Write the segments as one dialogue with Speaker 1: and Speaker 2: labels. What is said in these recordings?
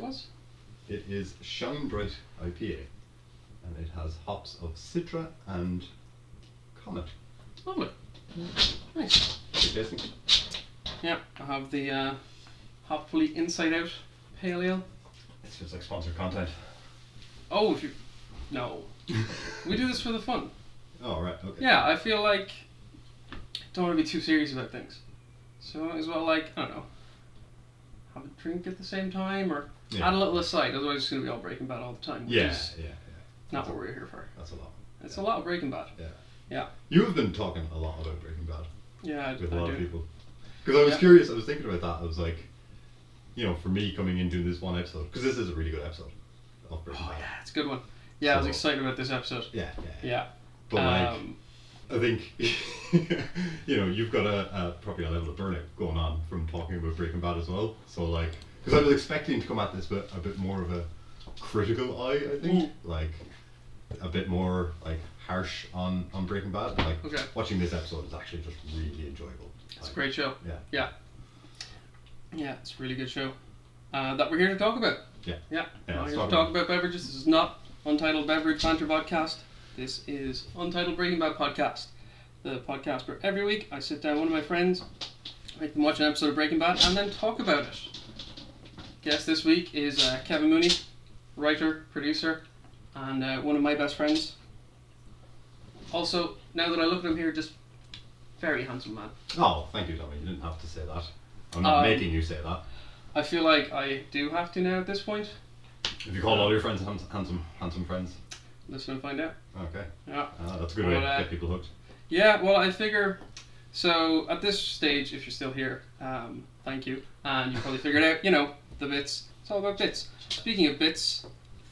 Speaker 1: was?
Speaker 2: It is Shine Bright IPA, and it has hops of Citra and Comet.
Speaker 1: Lovely. Nice.
Speaker 2: Good tasting.
Speaker 1: Yep, I have the uh, Hopfully Inside Out Pale Ale.
Speaker 2: This feels like sponsored content.
Speaker 1: Oh, if you. No. We do this for the fun.
Speaker 2: Oh, right, okay.
Speaker 1: Yeah, I feel like. Don't want to be too serious about things. So I might as well, like, I don't know. Have a drink at the same time or
Speaker 2: Yeah.
Speaker 1: add a little aside, otherwise it's going to be all Breaking Bad all the time. which
Speaker 2: Yeah,
Speaker 1: is
Speaker 2: yeah, yeah.
Speaker 1: Not what we're here for.
Speaker 2: That's a lot.
Speaker 1: It's a lot of Breaking Bad.
Speaker 2: Yeah.
Speaker 1: Yeah.
Speaker 2: You have been talking a lot about Breaking Bad
Speaker 1: Yeah, I,
Speaker 2: with a
Speaker 1: I
Speaker 2: lot
Speaker 1: do.
Speaker 2: of people. Because I was
Speaker 1: Yeah.
Speaker 2: curious, I was thinking about that. I was like, you know, for me coming into this one episode, because this is a really good episode of Breaking
Speaker 1: Oh,
Speaker 2: Bad.
Speaker 1: yeah, it's a good one. Yeah, I was
Speaker 2: So-
Speaker 1: excited about this episode.
Speaker 2: Yeah, yeah.
Speaker 1: Yeah.
Speaker 2: But like,
Speaker 1: um,
Speaker 2: I think you know you've got a, a probably a level of burnout going on from talking about Breaking Bad as well. So like, because I was expecting to come at this with a bit more of a critical eye, I think,
Speaker 1: Mm.
Speaker 2: like a bit more like harsh on on Breaking Bad. But, like
Speaker 1: Okay.
Speaker 2: watching this episode is actually just really enjoyable.
Speaker 1: it's a
Speaker 2: Like,
Speaker 1: great show.
Speaker 2: Yeah.
Speaker 1: Yeah. Yeah, it's a really good show uh, that we're here to talk about.
Speaker 2: Yeah.
Speaker 1: Yeah.
Speaker 2: Yeah,
Speaker 1: we're
Speaker 2: let's
Speaker 1: here to
Speaker 2: talk
Speaker 1: talk
Speaker 2: about
Speaker 1: about beverages. This is not Untitled Beverage Banter Podcast. This is Untitled Breaking Bad Podcast, the podcast where every week I sit down with one of my friends, make them watch an episode of Breaking Bad, and then talk about it. Guest this week is uh, Kevin Mooney, writer, producer, and uh, one of my best friends. Also, now that I look at him here, just very handsome man.
Speaker 2: Oh, thank you, Tommy. You didn't have to say that. I'm not
Speaker 1: Um,
Speaker 2: making you say that.
Speaker 1: I feel like I do have to now at this point.
Speaker 2: If you call all your friends hands- handsome, handsome friends,
Speaker 1: Listen and find out.
Speaker 2: okay,
Speaker 1: Yeah.
Speaker 2: uh, that's a good way to
Speaker 1: Well, uh,
Speaker 2: get people hooked.
Speaker 1: Yeah, well, I figure. So at this stage, if you're still here, um, thank you. And you probably figured out, you know, the bits. It's all about bits. Speaking of bits,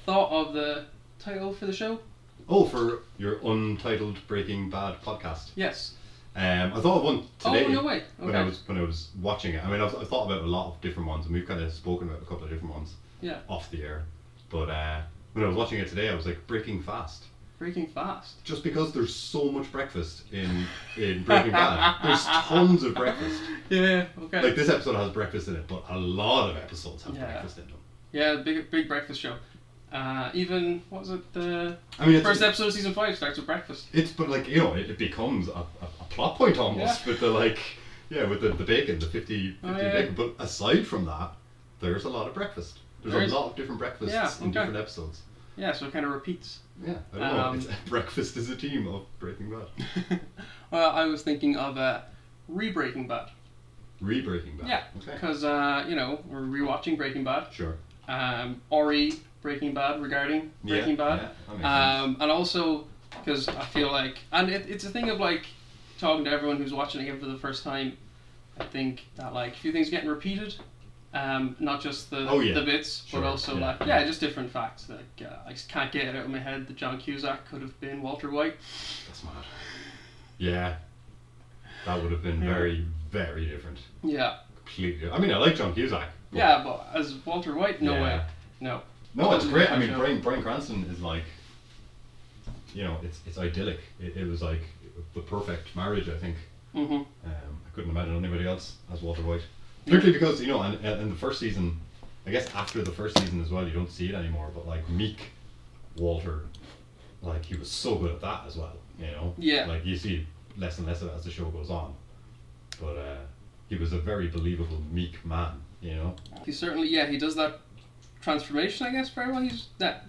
Speaker 1: thought of the title for the show?
Speaker 2: Oh, for your untitled Breaking Bad podcast.
Speaker 1: Yes.
Speaker 2: Um, I thought of one today
Speaker 1: oh, no way.
Speaker 2: when I
Speaker 1: Okay.
Speaker 2: was when I was watching it. I mean, I've, I've thought about a lot of different ones, and we've kind of spoken about a couple of different ones
Speaker 1: Yeah.
Speaker 2: off the air. But uh, when I was watching it today, I was like breaking fast,
Speaker 1: Breaking fast.
Speaker 2: just because there's so much breakfast in in Breaking Bad. There's tons of breakfast.
Speaker 1: Yeah, okay.
Speaker 2: Like this episode has breakfast in it, but a lot of episodes have
Speaker 1: Yeah.
Speaker 2: breakfast in them.
Speaker 1: yeah, big, big breakfast show. Uh, even, what was it, the
Speaker 2: I mean, it's,
Speaker 1: first episode of season five starts with breakfast.
Speaker 2: it's but like you know, it, it becomes a, a, a plot point almost with the like yeah with the, the bacon, the 50, 50
Speaker 1: Oh, yeah.
Speaker 2: bacon. But aside from that, there's a lot of breakfast. There's
Speaker 1: There is.
Speaker 2: a lot of different breakfasts
Speaker 1: Yeah,
Speaker 2: in
Speaker 1: okay.
Speaker 2: different episodes.
Speaker 1: Yeah, so it kind of repeats.
Speaker 2: Yeah, I don't
Speaker 1: Um,
Speaker 2: know. It's, breakfast is a team of Breaking Bad,
Speaker 1: well, Uh, I was thinking of uh, re Breaking Bad.
Speaker 2: re-Breaking Bad.
Speaker 1: Yeah,
Speaker 2: okay,
Speaker 1: because uh, you know we're rewatching Breaking Bad,
Speaker 2: sure.
Speaker 1: um, Ori Breaking Bad regarding
Speaker 2: Yeah,
Speaker 1: Breaking Bad,
Speaker 2: Yeah, that makes sense.
Speaker 1: um, and also because I feel like, and it, it's a thing of like talking to everyone who's watching again for the first time. I think that like a few things getting repeated, um, not just the
Speaker 2: Oh, yeah.
Speaker 1: the bits,
Speaker 2: Sure,
Speaker 1: but also
Speaker 2: yeah.
Speaker 1: like yeah, just different facts. Like uh, I just can't get it out of my head that John Cusack could have been Walter White.
Speaker 2: That's mad. Yeah, that would have been
Speaker 1: Yeah.
Speaker 2: very very different.
Speaker 1: Yeah,
Speaker 2: Completely. I mean, I like John Cusack. but-
Speaker 1: yeah, but as Walter White, no
Speaker 2: Yeah.
Speaker 1: way, no.
Speaker 2: No, it's great. I mean,
Speaker 1: Yeah.
Speaker 2: Brian Brian Cranston is like, you know, it's it's idyllic. It, it was like the perfect marriage, I think.
Speaker 1: hmm
Speaker 2: Um, I couldn't imagine anybody else as Walter White, particularly because you know, and and the first season, I guess after the first season as well, you don't see it anymore. But like Meek, Walter, like he was so good at that as well. You know,
Speaker 1: Yeah.
Speaker 2: Like you see less and less of it as the show goes on, but uh, he was a very believable meek man. You know,
Speaker 1: He certainly, yeah, he does that transformation, I guess, very well. He's that.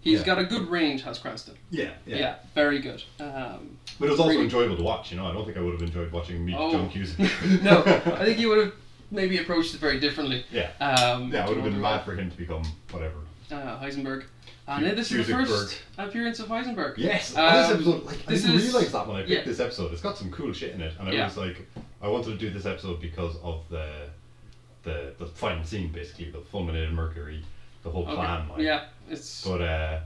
Speaker 1: he's
Speaker 2: Yeah.
Speaker 1: got a good range, has Cranston. Yeah, very good. Um,
Speaker 2: But it was also
Speaker 1: Really-
Speaker 2: enjoyable to watch, you know. I don't think I would have enjoyed watching me,
Speaker 1: Oh.
Speaker 2: John Cusack.
Speaker 1: no, I think he would have maybe approached it very differently.
Speaker 2: Yeah.
Speaker 1: Um,
Speaker 2: Yeah, it would have been
Speaker 1: to,
Speaker 2: mad for him to become whatever.
Speaker 1: Uh, Heisenberg. And uh, this is the
Speaker 2: Cusackberg.
Speaker 1: first appearance of Heisenberg.
Speaker 2: Yes,
Speaker 1: Um,
Speaker 2: this episode, like,
Speaker 1: this
Speaker 2: I didn't
Speaker 1: is-
Speaker 2: realize that when I picked
Speaker 1: yeah.
Speaker 2: this episode. It's got some cool shit in it, and I
Speaker 1: Yeah.
Speaker 2: was like, I wanted to do this episode because of the, the the final scene, basically, the fulminated Mercury, the whole
Speaker 1: Okay.
Speaker 2: plan. Like.
Speaker 1: yeah, it's.
Speaker 2: But uh,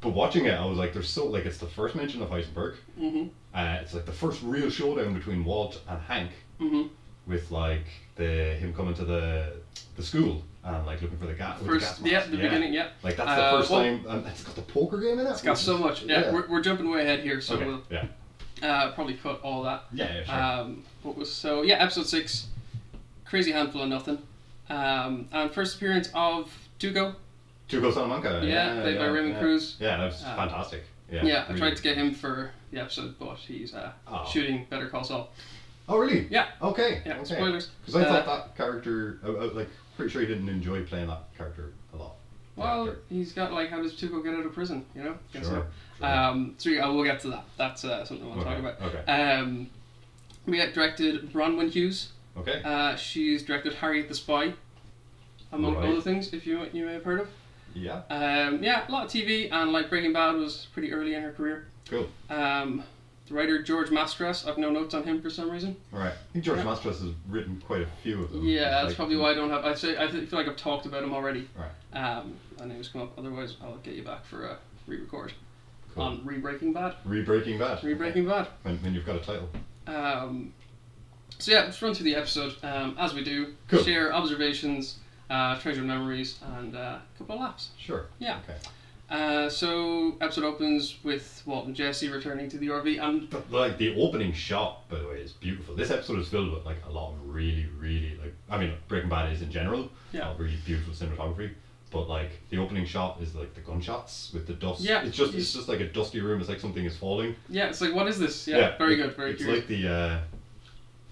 Speaker 2: but watching it, I was like, there's so like it's the first mention of Heisenberg.
Speaker 1: Mhm.
Speaker 2: Uh, it's like the first real showdown between Walt and Hank.
Speaker 1: Mhm.
Speaker 2: with like the him coming to the the school and like looking for the gas. with the
Speaker 1: First,
Speaker 2: gas
Speaker 1: yeah,
Speaker 2: mask.
Speaker 1: the beginning, yeah.
Speaker 2: Like that's
Speaker 1: Uh,
Speaker 2: the first
Speaker 1: well-
Speaker 2: time, and it's got the poker game in it.
Speaker 1: It's got so much. Yeah, We're, we're jumping way ahead here, so
Speaker 2: okay.
Speaker 1: we'll
Speaker 2: yeah.
Speaker 1: uh, probably cut all that.
Speaker 2: yeah, yeah, sure.
Speaker 1: Um, what was so? Yeah, episode six, crazy handful of nothing, um, and first appearance of Tuco.
Speaker 2: Tuco Salamanca.
Speaker 1: Yeah, played by Raymond
Speaker 2: yeah.
Speaker 1: Cruz.
Speaker 2: Yeah, that was
Speaker 1: Uh,
Speaker 2: fantastic. Yeah,
Speaker 1: Yeah, I
Speaker 2: really.
Speaker 1: tried to get him for the episode, but he's uh,
Speaker 2: Oh.
Speaker 1: shooting Better Call Saul.
Speaker 2: Oh, really?
Speaker 1: Yeah.
Speaker 2: Okay.
Speaker 1: Yeah,
Speaker 2: okay.
Speaker 1: spoilers.
Speaker 2: Because I
Speaker 1: Uh,
Speaker 2: thought that character, I, I was like, pretty sure he didn't enjoy playing that character a lot. The
Speaker 1: Well,
Speaker 2: actor.
Speaker 1: he's got like how does Tuco get out of prison? You know. Guess
Speaker 2: sure.
Speaker 1: so.
Speaker 2: sure.
Speaker 1: Um, so yeah, we'll get to that. That's uh, something I want to
Speaker 2: okay.
Speaker 1: talk about.
Speaker 2: Okay.
Speaker 1: Um, we got directed Bronwyn Hughes.
Speaker 2: okay.
Speaker 1: Uh, she's directed Harriet the Spy, among
Speaker 2: Right.
Speaker 1: other things. If you you may have heard of.
Speaker 2: yeah.
Speaker 1: Um, yeah, a lot of TV and like Breaking Bad was pretty early in her career.
Speaker 2: Cool.
Speaker 1: Um, the writer George Mastras, I've no notes on him for some reason.
Speaker 2: All right. I think George
Speaker 1: Yeah.
Speaker 2: Mastros has written quite a few of them.
Speaker 1: uh, Yeah, that's
Speaker 2: Like-
Speaker 1: probably why I don't have. I say I feel like I've talked about him already.
Speaker 2: Right.
Speaker 1: Um, and name's come up. Otherwise, I'll get you back for a re-record
Speaker 2: Cool.
Speaker 1: on re-breaking bad.
Speaker 2: Re-Breaking Bad.
Speaker 1: Um, Re-breaking bad.
Speaker 2: When, when you've got a title.
Speaker 1: Um, so yeah, let's run through the episode um, as we do.
Speaker 2: Cool.
Speaker 1: Share observations, uh, treasured memories, and uh, a couple of laughs.
Speaker 2: Sure.
Speaker 1: Yeah.
Speaker 2: Okay.
Speaker 1: Uh, so episode opens with Walt and Jesse returning to the RV, and
Speaker 2: But, like the opening shot, by the way, is beautiful. This episode is filled with like a lot of really, really like I mean Breaking Bad is in general.
Speaker 1: Yeah.
Speaker 2: uh, really beautiful cinematography. But like the opening shot is like the gunshots with the dust.
Speaker 1: Yeah.
Speaker 2: It's just it's just like a dusty room. It's like something is falling.
Speaker 1: yeah, it's like what is this? Yeah,
Speaker 2: it-
Speaker 1: very good, very
Speaker 2: It's
Speaker 1: curious.
Speaker 2: like the uh,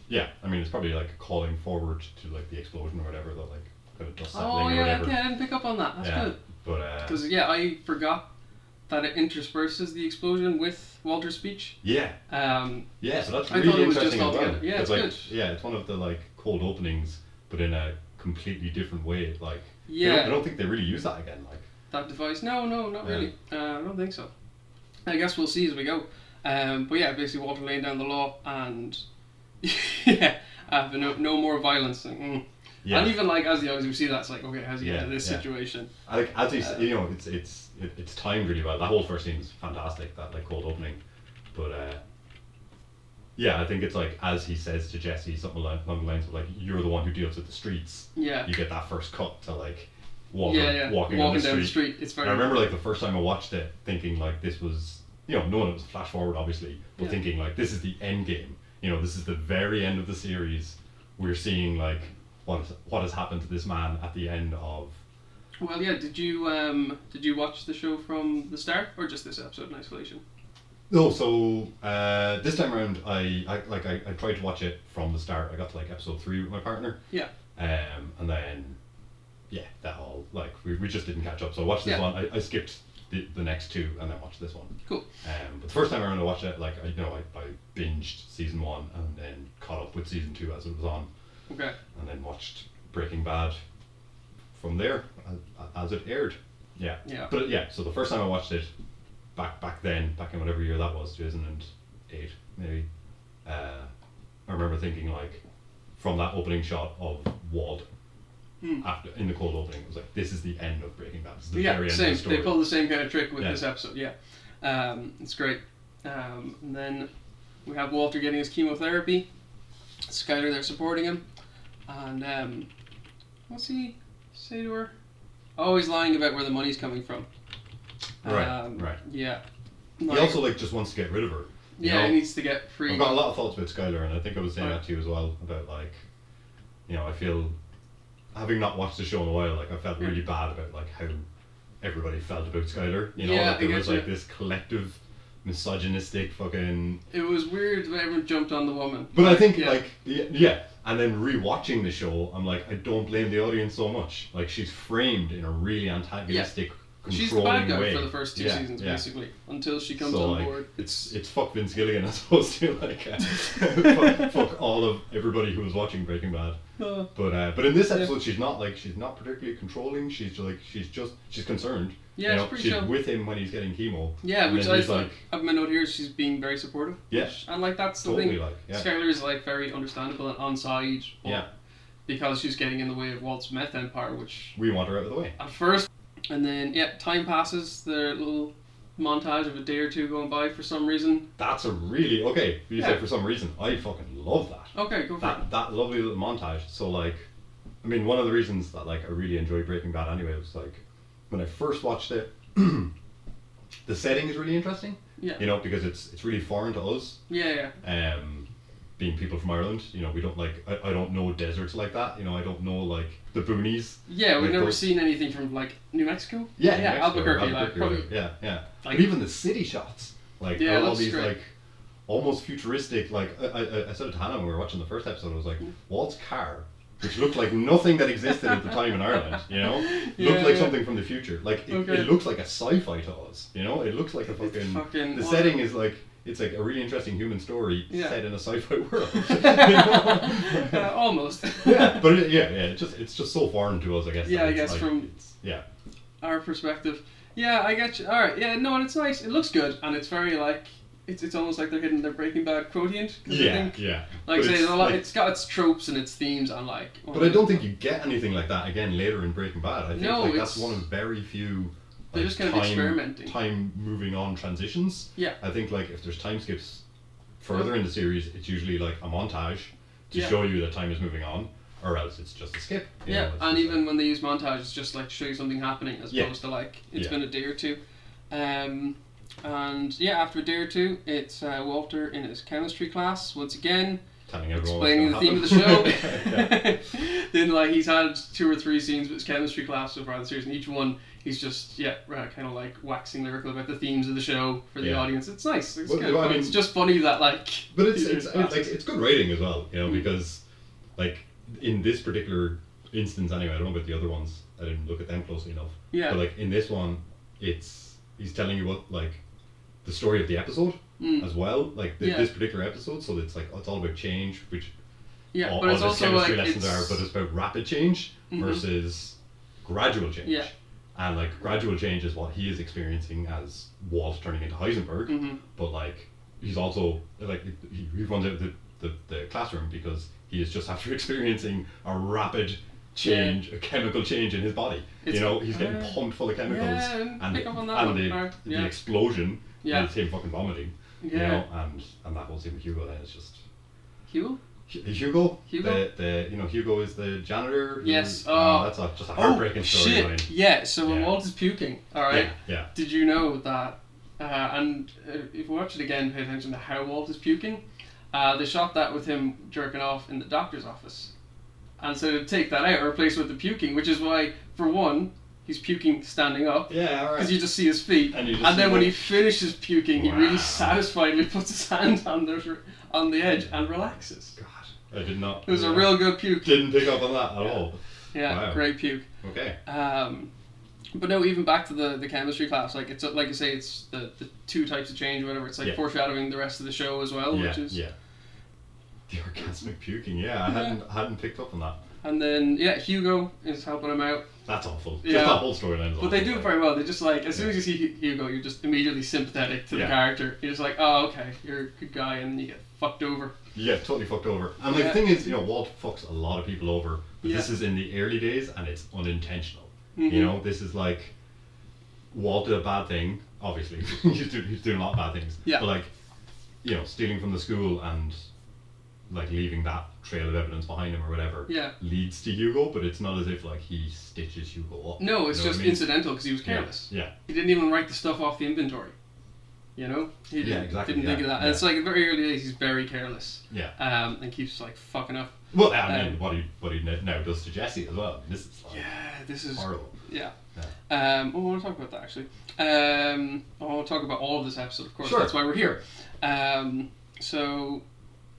Speaker 2: yeah. I mean, it's probably like calling forward to like the explosion or whatever. That like kind of dust settling
Speaker 1: oh
Speaker 2: or
Speaker 1: yeah,
Speaker 2: whatever.
Speaker 1: okay, I didn't pick up on that. That's
Speaker 2: Yeah.
Speaker 1: good
Speaker 2: But uh,
Speaker 1: because yeah, I forgot that it intersperses the explosion with Walter's speech.
Speaker 2: yeah,
Speaker 1: Um,
Speaker 2: Yeah, so that's
Speaker 1: I
Speaker 2: really
Speaker 1: thought it was
Speaker 2: interesting
Speaker 1: just
Speaker 2: as well.
Speaker 1: altogether- yeah, it's
Speaker 2: like,
Speaker 1: good.
Speaker 2: Yeah, it's one of the like cold openings, but in a completely different way. Like, they don't- I
Speaker 1: yeah,
Speaker 2: don't think they really use that again. Like,
Speaker 1: that device. No, no, not
Speaker 2: Yeah.
Speaker 1: really. Uh, I don't think so. I guess we'll see as we go. Um, but yeah, basically Walter laying down the law and yeah, uh, no, no more violence. Like, mm.
Speaker 2: yeah,
Speaker 1: And even like as the audience, we see that's like okay, how's he get
Speaker 2: Yeah,
Speaker 1: into this
Speaker 2: yeah.
Speaker 1: situation?
Speaker 2: I like as you, s
Speaker 1: uh,
Speaker 2: you know, it's it's it, it's timed really well. That whole first scene is fantastic. That like cold opening, but uh, yeah, I think it's like as he says to Jesse something along along the lines of like, "You're the one who deals with the streets."
Speaker 1: Yeah,
Speaker 2: You get that first cut to like walking
Speaker 1: yeah, yeah.
Speaker 2: walking, on
Speaker 1: down the street, it's very.
Speaker 2: I remember like the first time I watched it, thinking like this was, you know, knowing it was a flash forward, obviously, but
Speaker 1: Yeah.
Speaker 2: thinking like this is the end game. You know, this is the very end of the series. We're seeing like what has, what has happened to this man at the end of.
Speaker 1: Well, yeah. Did you um did you watch the show from the start or just this episode in isolation?
Speaker 2: No, so uh, this time around, I, I like I, I tried to watch it from the start. I got to like episode three with my partner.
Speaker 1: Yeah.
Speaker 2: Um, and then, yeah, that all like we, we just didn't catch up. So I watched this
Speaker 1: Yeah.
Speaker 2: one. I, I skipped the, the next two and then watched this one.
Speaker 1: Cool.
Speaker 2: Um, but the first time around I watched it, like I, you know, I, I binged season one and then caught up with season two as it was on,
Speaker 1: Okay.
Speaker 2: and then watched Breaking Bad from there as, as it aired. Yeah.
Speaker 1: Yeah.
Speaker 2: But yeah, so the first time I watched it, back back then, back in whatever year that was, two thousand and eight maybe, uh, I remember thinking like, from that opening shot of Wald.
Speaker 1: Hmm.
Speaker 2: After in the cold opening, it was like this is the end of Breaking Bad. This is the
Speaker 1: yeah.
Speaker 2: very end
Speaker 1: Same.
Speaker 2: of the story.
Speaker 1: They pull the same kind of trick with
Speaker 2: Yeah.
Speaker 1: this episode. Yeah. Um, it's great. Um, and then we have Walter getting his chemotherapy. Skyler there supporting him, and um, what's he say to her? Oh, he's lying about where the money's coming from.
Speaker 2: Right,
Speaker 1: Um,
Speaker 2: right.
Speaker 1: Yeah.
Speaker 2: He
Speaker 1: Like-
Speaker 2: also like just wants to get rid of her. you
Speaker 1: yeah,
Speaker 2: know?
Speaker 1: he needs to get free.
Speaker 2: I've got a lot of thoughts about Skylar, and I think I was saying
Speaker 1: Right.
Speaker 2: that to you as well about like, you know, I feel having not watched the show in a while, like I felt
Speaker 1: Yeah.
Speaker 2: really bad about like how everybody felt about Skylar. You know,
Speaker 1: Yeah,
Speaker 2: like,
Speaker 1: I
Speaker 2: there was
Speaker 1: get
Speaker 2: like
Speaker 1: you.
Speaker 2: this collective misogynistic fucking.
Speaker 1: It was weird when everyone jumped on the woman.
Speaker 2: But I think
Speaker 1: Yeah.
Speaker 2: like yeah, yeah, and then rewatching the show, I'm like, I don't blame the audience so much. Like she's framed in a really antagonistic, controlling
Speaker 1: She's the bad guy
Speaker 2: way.
Speaker 1: for the first two
Speaker 2: Yeah,
Speaker 1: seasons,
Speaker 2: yeah.
Speaker 1: basically, until she comes
Speaker 2: So,
Speaker 1: on
Speaker 2: like,
Speaker 1: board.
Speaker 2: It's it's fuck Vince Gilligan as opposed to like uh, fuck, fuck all of everybody who was watching Breaking Bad.
Speaker 1: Uh,
Speaker 2: But uh, but in this
Speaker 1: Yeah.
Speaker 2: episode, she's not like she's not particularly controlling. She's just, like she's just she's concerned.
Speaker 1: Yeah,
Speaker 2: you
Speaker 1: it's
Speaker 2: know,
Speaker 1: pretty
Speaker 2: she's
Speaker 1: chill.
Speaker 2: with him when he's getting chemo.
Speaker 1: yeah,
Speaker 2: and
Speaker 1: which
Speaker 2: then
Speaker 1: I
Speaker 2: he's
Speaker 1: like.
Speaker 2: like,
Speaker 1: I've my note here is she's being very supportive.
Speaker 2: yeah,
Speaker 1: And like that's the
Speaker 2: totally
Speaker 1: thing.
Speaker 2: like yeah,
Speaker 1: Skylar is like very understandable and on side. or-
Speaker 2: Yeah.
Speaker 1: Because she's getting in the way of Walt's meth empire, which
Speaker 2: we want her out of the way.
Speaker 1: at first, and then yeah, time passes. Their little montage of a day or two going by for some reason.
Speaker 2: That's a really okay. You
Speaker 1: Yeah.
Speaker 2: said for some reason, I fucking love that.
Speaker 1: Okay, go for it.
Speaker 2: that that lovely little montage. So like, I mean, one of the reasons that like I really enjoy Breaking Bad anyway was like when I first watched it, the setting is really interesting.
Speaker 1: Yeah.
Speaker 2: You know because it's it's really foreign to us.
Speaker 1: Yeah, yeah.
Speaker 2: Um, being people from Ireland, you know, we don't like, I, I don't know deserts like that. You know, I don't know like the boonies.
Speaker 1: Yeah, we've
Speaker 2: Like
Speaker 1: never
Speaker 2: those-
Speaker 1: seen anything from like New Mexico.
Speaker 2: Yeah,
Speaker 1: yeah,
Speaker 2: Mexico,
Speaker 1: Albuquerque, like
Speaker 2: or
Speaker 1: probably.
Speaker 2: whatever. yeah, yeah.
Speaker 1: like-
Speaker 2: But even the city shots, like
Speaker 1: Yeah,
Speaker 2: all
Speaker 1: that's
Speaker 2: these
Speaker 1: great.
Speaker 2: like almost futuristic. Like I, I, I said it to Hannah when we were watching the first episode. I was like, Walt's car, which looked like nothing that existed at the time in Ireland. You know, looked
Speaker 1: Yeah,
Speaker 2: like
Speaker 1: yeah.
Speaker 2: something from the future. Like it,
Speaker 1: Okay.
Speaker 2: it looks like a sci-fi to us. You know, it looks like a fucking.
Speaker 1: fucking-
Speaker 2: the setting is like. It's like a really interesting human story
Speaker 1: Yeah.
Speaker 2: set in a sci-fi world.
Speaker 1: uh, almost.
Speaker 2: yeah, but it, yeah, yeah, it's just it's just so foreign to us, I guess.
Speaker 1: Yeah,
Speaker 2: that
Speaker 1: I
Speaker 2: it's
Speaker 1: guess
Speaker 2: like-
Speaker 1: from-
Speaker 2: it's- yeah,
Speaker 1: Our perspective. Yeah, I get you. All right. Yeah, no, and it's nice. It looks good, and it's very like it's it's almost like they're hitting their Breaking Bad quotient. 'cause I
Speaker 2: yeah,
Speaker 1: think,
Speaker 2: yeah.
Speaker 1: like I
Speaker 2: But
Speaker 1: say,
Speaker 2: it's
Speaker 1: there's a lot,
Speaker 2: like-
Speaker 1: it's got its tropes and its themes, and like.
Speaker 2: But I don't think you get anything like that again later in Breaking Bad. I think
Speaker 1: No,
Speaker 2: like, that's
Speaker 1: it's-
Speaker 2: one of very few.
Speaker 1: They're
Speaker 2: like,
Speaker 1: just kind of
Speaker 2: time,
Speaker 1: experimenting.
Speaker 2: Time moving on transitions.
Speaker 1: Yeah.
Speaker 2: I think like if there's time skips further in the series, it's usually like a montage to
Speaker 1: Yeah.
Speaker 2: show you that time is moving on, or else it's just a skip. you
Speaker 1: Yeah,
Speaker 2: know, it's
Speaker 1: and
Speaker 2: just
Speaker 1: even when they use montage, it's just like to show you something happening as
Speaker 2: Yeah.
Speaker 1: opposed to like it's
Speaker 2: Yeah.
Speaker 1: been a day or two. Um, and yeah, after a day or two, it's uh, Walter in his chemistry class once again
Speaker 2: like telling everyone what's
Speaker 1: explaining the
Speaker 2: gonna
Speaker 1: theme of the show.
Speaker 2: happen. Yeah.
Speaker 1: then like he's had two or three scenes with his chemistry class so far this series, and each one he's just yeah kind of like waxing lyrical about the themes of the show for the
Speaker 2: Yeah.
Speaker 1: audience. It's nice. It's
Speaker 2: Well,
Speaker 1: good.
Speaker 2: well, I
Speaker 1: fun.
Speaker 2: mean-
Speaker 1: it's just funny that like.
Speaker 2: But it's
Speaker 1: these are
Speaker 2: it's,
Speaker 1: his
Speaker 2: it's, like,
Speaker 1: classes.
Speaker 2: it's good writing as well, you know,
Speaker 1: Mm.
Speaker 2: because like in this particular instance, anyway, I don't know about the other ones. I didn't look at them closely enough.
Speaker 1: Yeah.
Speaker 2: But like in this one, it's he's telling you what like the story of the episode
Speaker 1: Mm.
Speaker 2: as well, like th-
Speaker 1: Yeah.
Speaker 2: this particular episode. So it's like it's all about change, which
Speaker 1: yeah,
Speaker 2: all,
Speaker 1: but
Speaker 2: all
Speaker 1: it's
Speaker 2: his
Speaker 1: also
Speaker 2: chemistry
Speaker 1: like
Speaker 2: lessons
Speaker 1: it's-
Speaker 2: are. But it's about rapid change
Speaker 1: Mhm.
Speaker 2: versus gradual change.
Speaker 1: Yeah.
Speaker 2: And like gradual change is what he is experiencing as Walt turning into Heisenberg
Speaker 1: Mhm.
Speaker 2: but like he's also like he, he runs out of the, the, the classroom because he is just after experiencing a rapid change, a chemical change in his body.
Speaker 1: It's-
Speaker 2: you know, he's getting
Speaker 1: Ah.
Speaker 2: pumped full of chemicals,
Speaker 1: Yeah, I didn't
Speaker 2: and
Speaker 1: pick
Speaker 2: the,
Speaker 1: up on that
Speaker 2: and
Speaker 1: one.
Speaker 2: the,
Speaker 1: Alright,
Speaker 2: the
Speaker 1: yeah.
Speaker 2: explosion
Speaker 1: Yeah.
Speaker 2: is him fucking vomiting. You
Speaker 1: Yeah.
Speaker 2: know, and and that whole scene with Hugo then is just.
Speaker 1: Huel?
Speaker 2: Hu- Hugo,
Speaker 1: Hugo?
Speaker 2: The, the you know Hugo is the janitor. who-
Speaker 1: Yes, oh.
Speaker 2: that's a, just a
Speaker 1: Oh
Speaker 2: heartbreaking storyline.
Speaker 1: shit! Yeah, so when
Speaker 2: Yeah.
Speaker 1: Walt is puking, all right.
Speaker 2: Yeah,
Speaker 1: Did you know that? Uh, and uh, if we watch it again, pay attention to how Walt is puking. Uh, they shot that with him jerking off in the doctor's office, and so to take that out, replace it with the puking, which is why, for one, he's puking standing up.
Speaker 2: yeah, yeah. All
Speaker 1: Because
Speaker 2: right.
Speaker 1: you just see his feet,
Speaker 2: And you just
Speaker 1: and
Speaker 2: see
Speaker 1: then when
Speaker 2: the-
Speaker 1: he finishes puking, he
Speaker 2: Wow.
Speaker 1: really satisfiedly puts his hand on the on the edge and relaxes.
Speaker 2: God, I did not.
Speaker 1: It was a
Speaker 2: yeah.
Speaker 1: real good puke.
Speaker 2: Didn't pick up on that at all.
Speaker 1: Yeah,
Speaker 2: Wow.
Speaker 1: great puke.
Speaker 2: Okay.
Speaker 1: Um, but no, even back to the, the chemistry class, like it's like I say, it's the, the two types of change, or whatever. It's like
Speaker 2: Yeah.
Speaker 1: foreshadowing the rest of the show as well,
Speaker 2: yeah,
Speaker 1: Oh, which is
Speaker 2: yeah. The orgasmic puking. Yeah, I
Speaker 1: Yeah.
Speaker 2: hadn't hadn't picked up on that.
Speaker 1: and then yeah, Hugo is helping him out,
Speaker 2: That's awful.
Speaker 1: Yeah.
Speaker 2: Just that whole storyline. is
Speaker 1: but they
Speaker 2: awful,
Speaker 1: do it
Speaker 2: like-
Speaker 1: very well. They just like as soon as you see Hu- Hugo, you're just immediately sympathetic to the
Speaker 2: Yeah.
Speaker 1: character. You're just like, oh okay, you're a good guy, and you get fucked over.
Speaker 2: You get totally fucked over. And like,
Speaker 1: Yeah.
Speaker 2: the thing is, you know, Walt fucks a lot of people over, but this
Speaker 1: Yeah.
Speaker 2: is in the early days, and it's unintentional.
Speaker 1: Mhm.
Speaker 2: You know, this is like Walt did a bad thing. Obviously, he's, do, he's doing a lot of bad things.
Speaker 1: Yeah.
Speaker 2: But like, you know, stealing from the school and like leaving that trail of evidence behind him or whatever
Speaker 1: Yeah.
Speaker 2: leads to Hugo, but it's not as if like he stitches Hugo up.
Speaker 1: No, it's
Speaker 2: You know what
Speaker 1: just
Speaker 2: I mean?
Speaker 1: incidental because he was
Speaker 2: Yeah,
Speaker 1: careless.
Speaker 2: yeah.
Speaker 1: He didn't even write the stuff off the inventory. You know, he
Speaker 2: Yeah,
Speaker 1: didn't,
Speaker 2: exactly,
Speaker 1: didn't think
Speaker 2: yeah,
Speaker 1: of that. And
Speaker 2: yeah.
Speaker 1: it's like in very early days, he's very careless,
Speaker 2: Yeah.
Speaker 1: um, and keeps like fucking up.
Speaker 2: Well, I mean,
Speaker 1: Um,
Speaker 2: what he what he n- now does to Jesse as well. This is like
Speaker 1: Yeah, this is
Speaker 2: horrible.
Speaker 1: Yeah. Um, oh, I want to talk about that actually. Um, I want to talk about all of this episode, of course.
Speaker 2: Sure.
Speaker 1: That's why we're here. Um, so,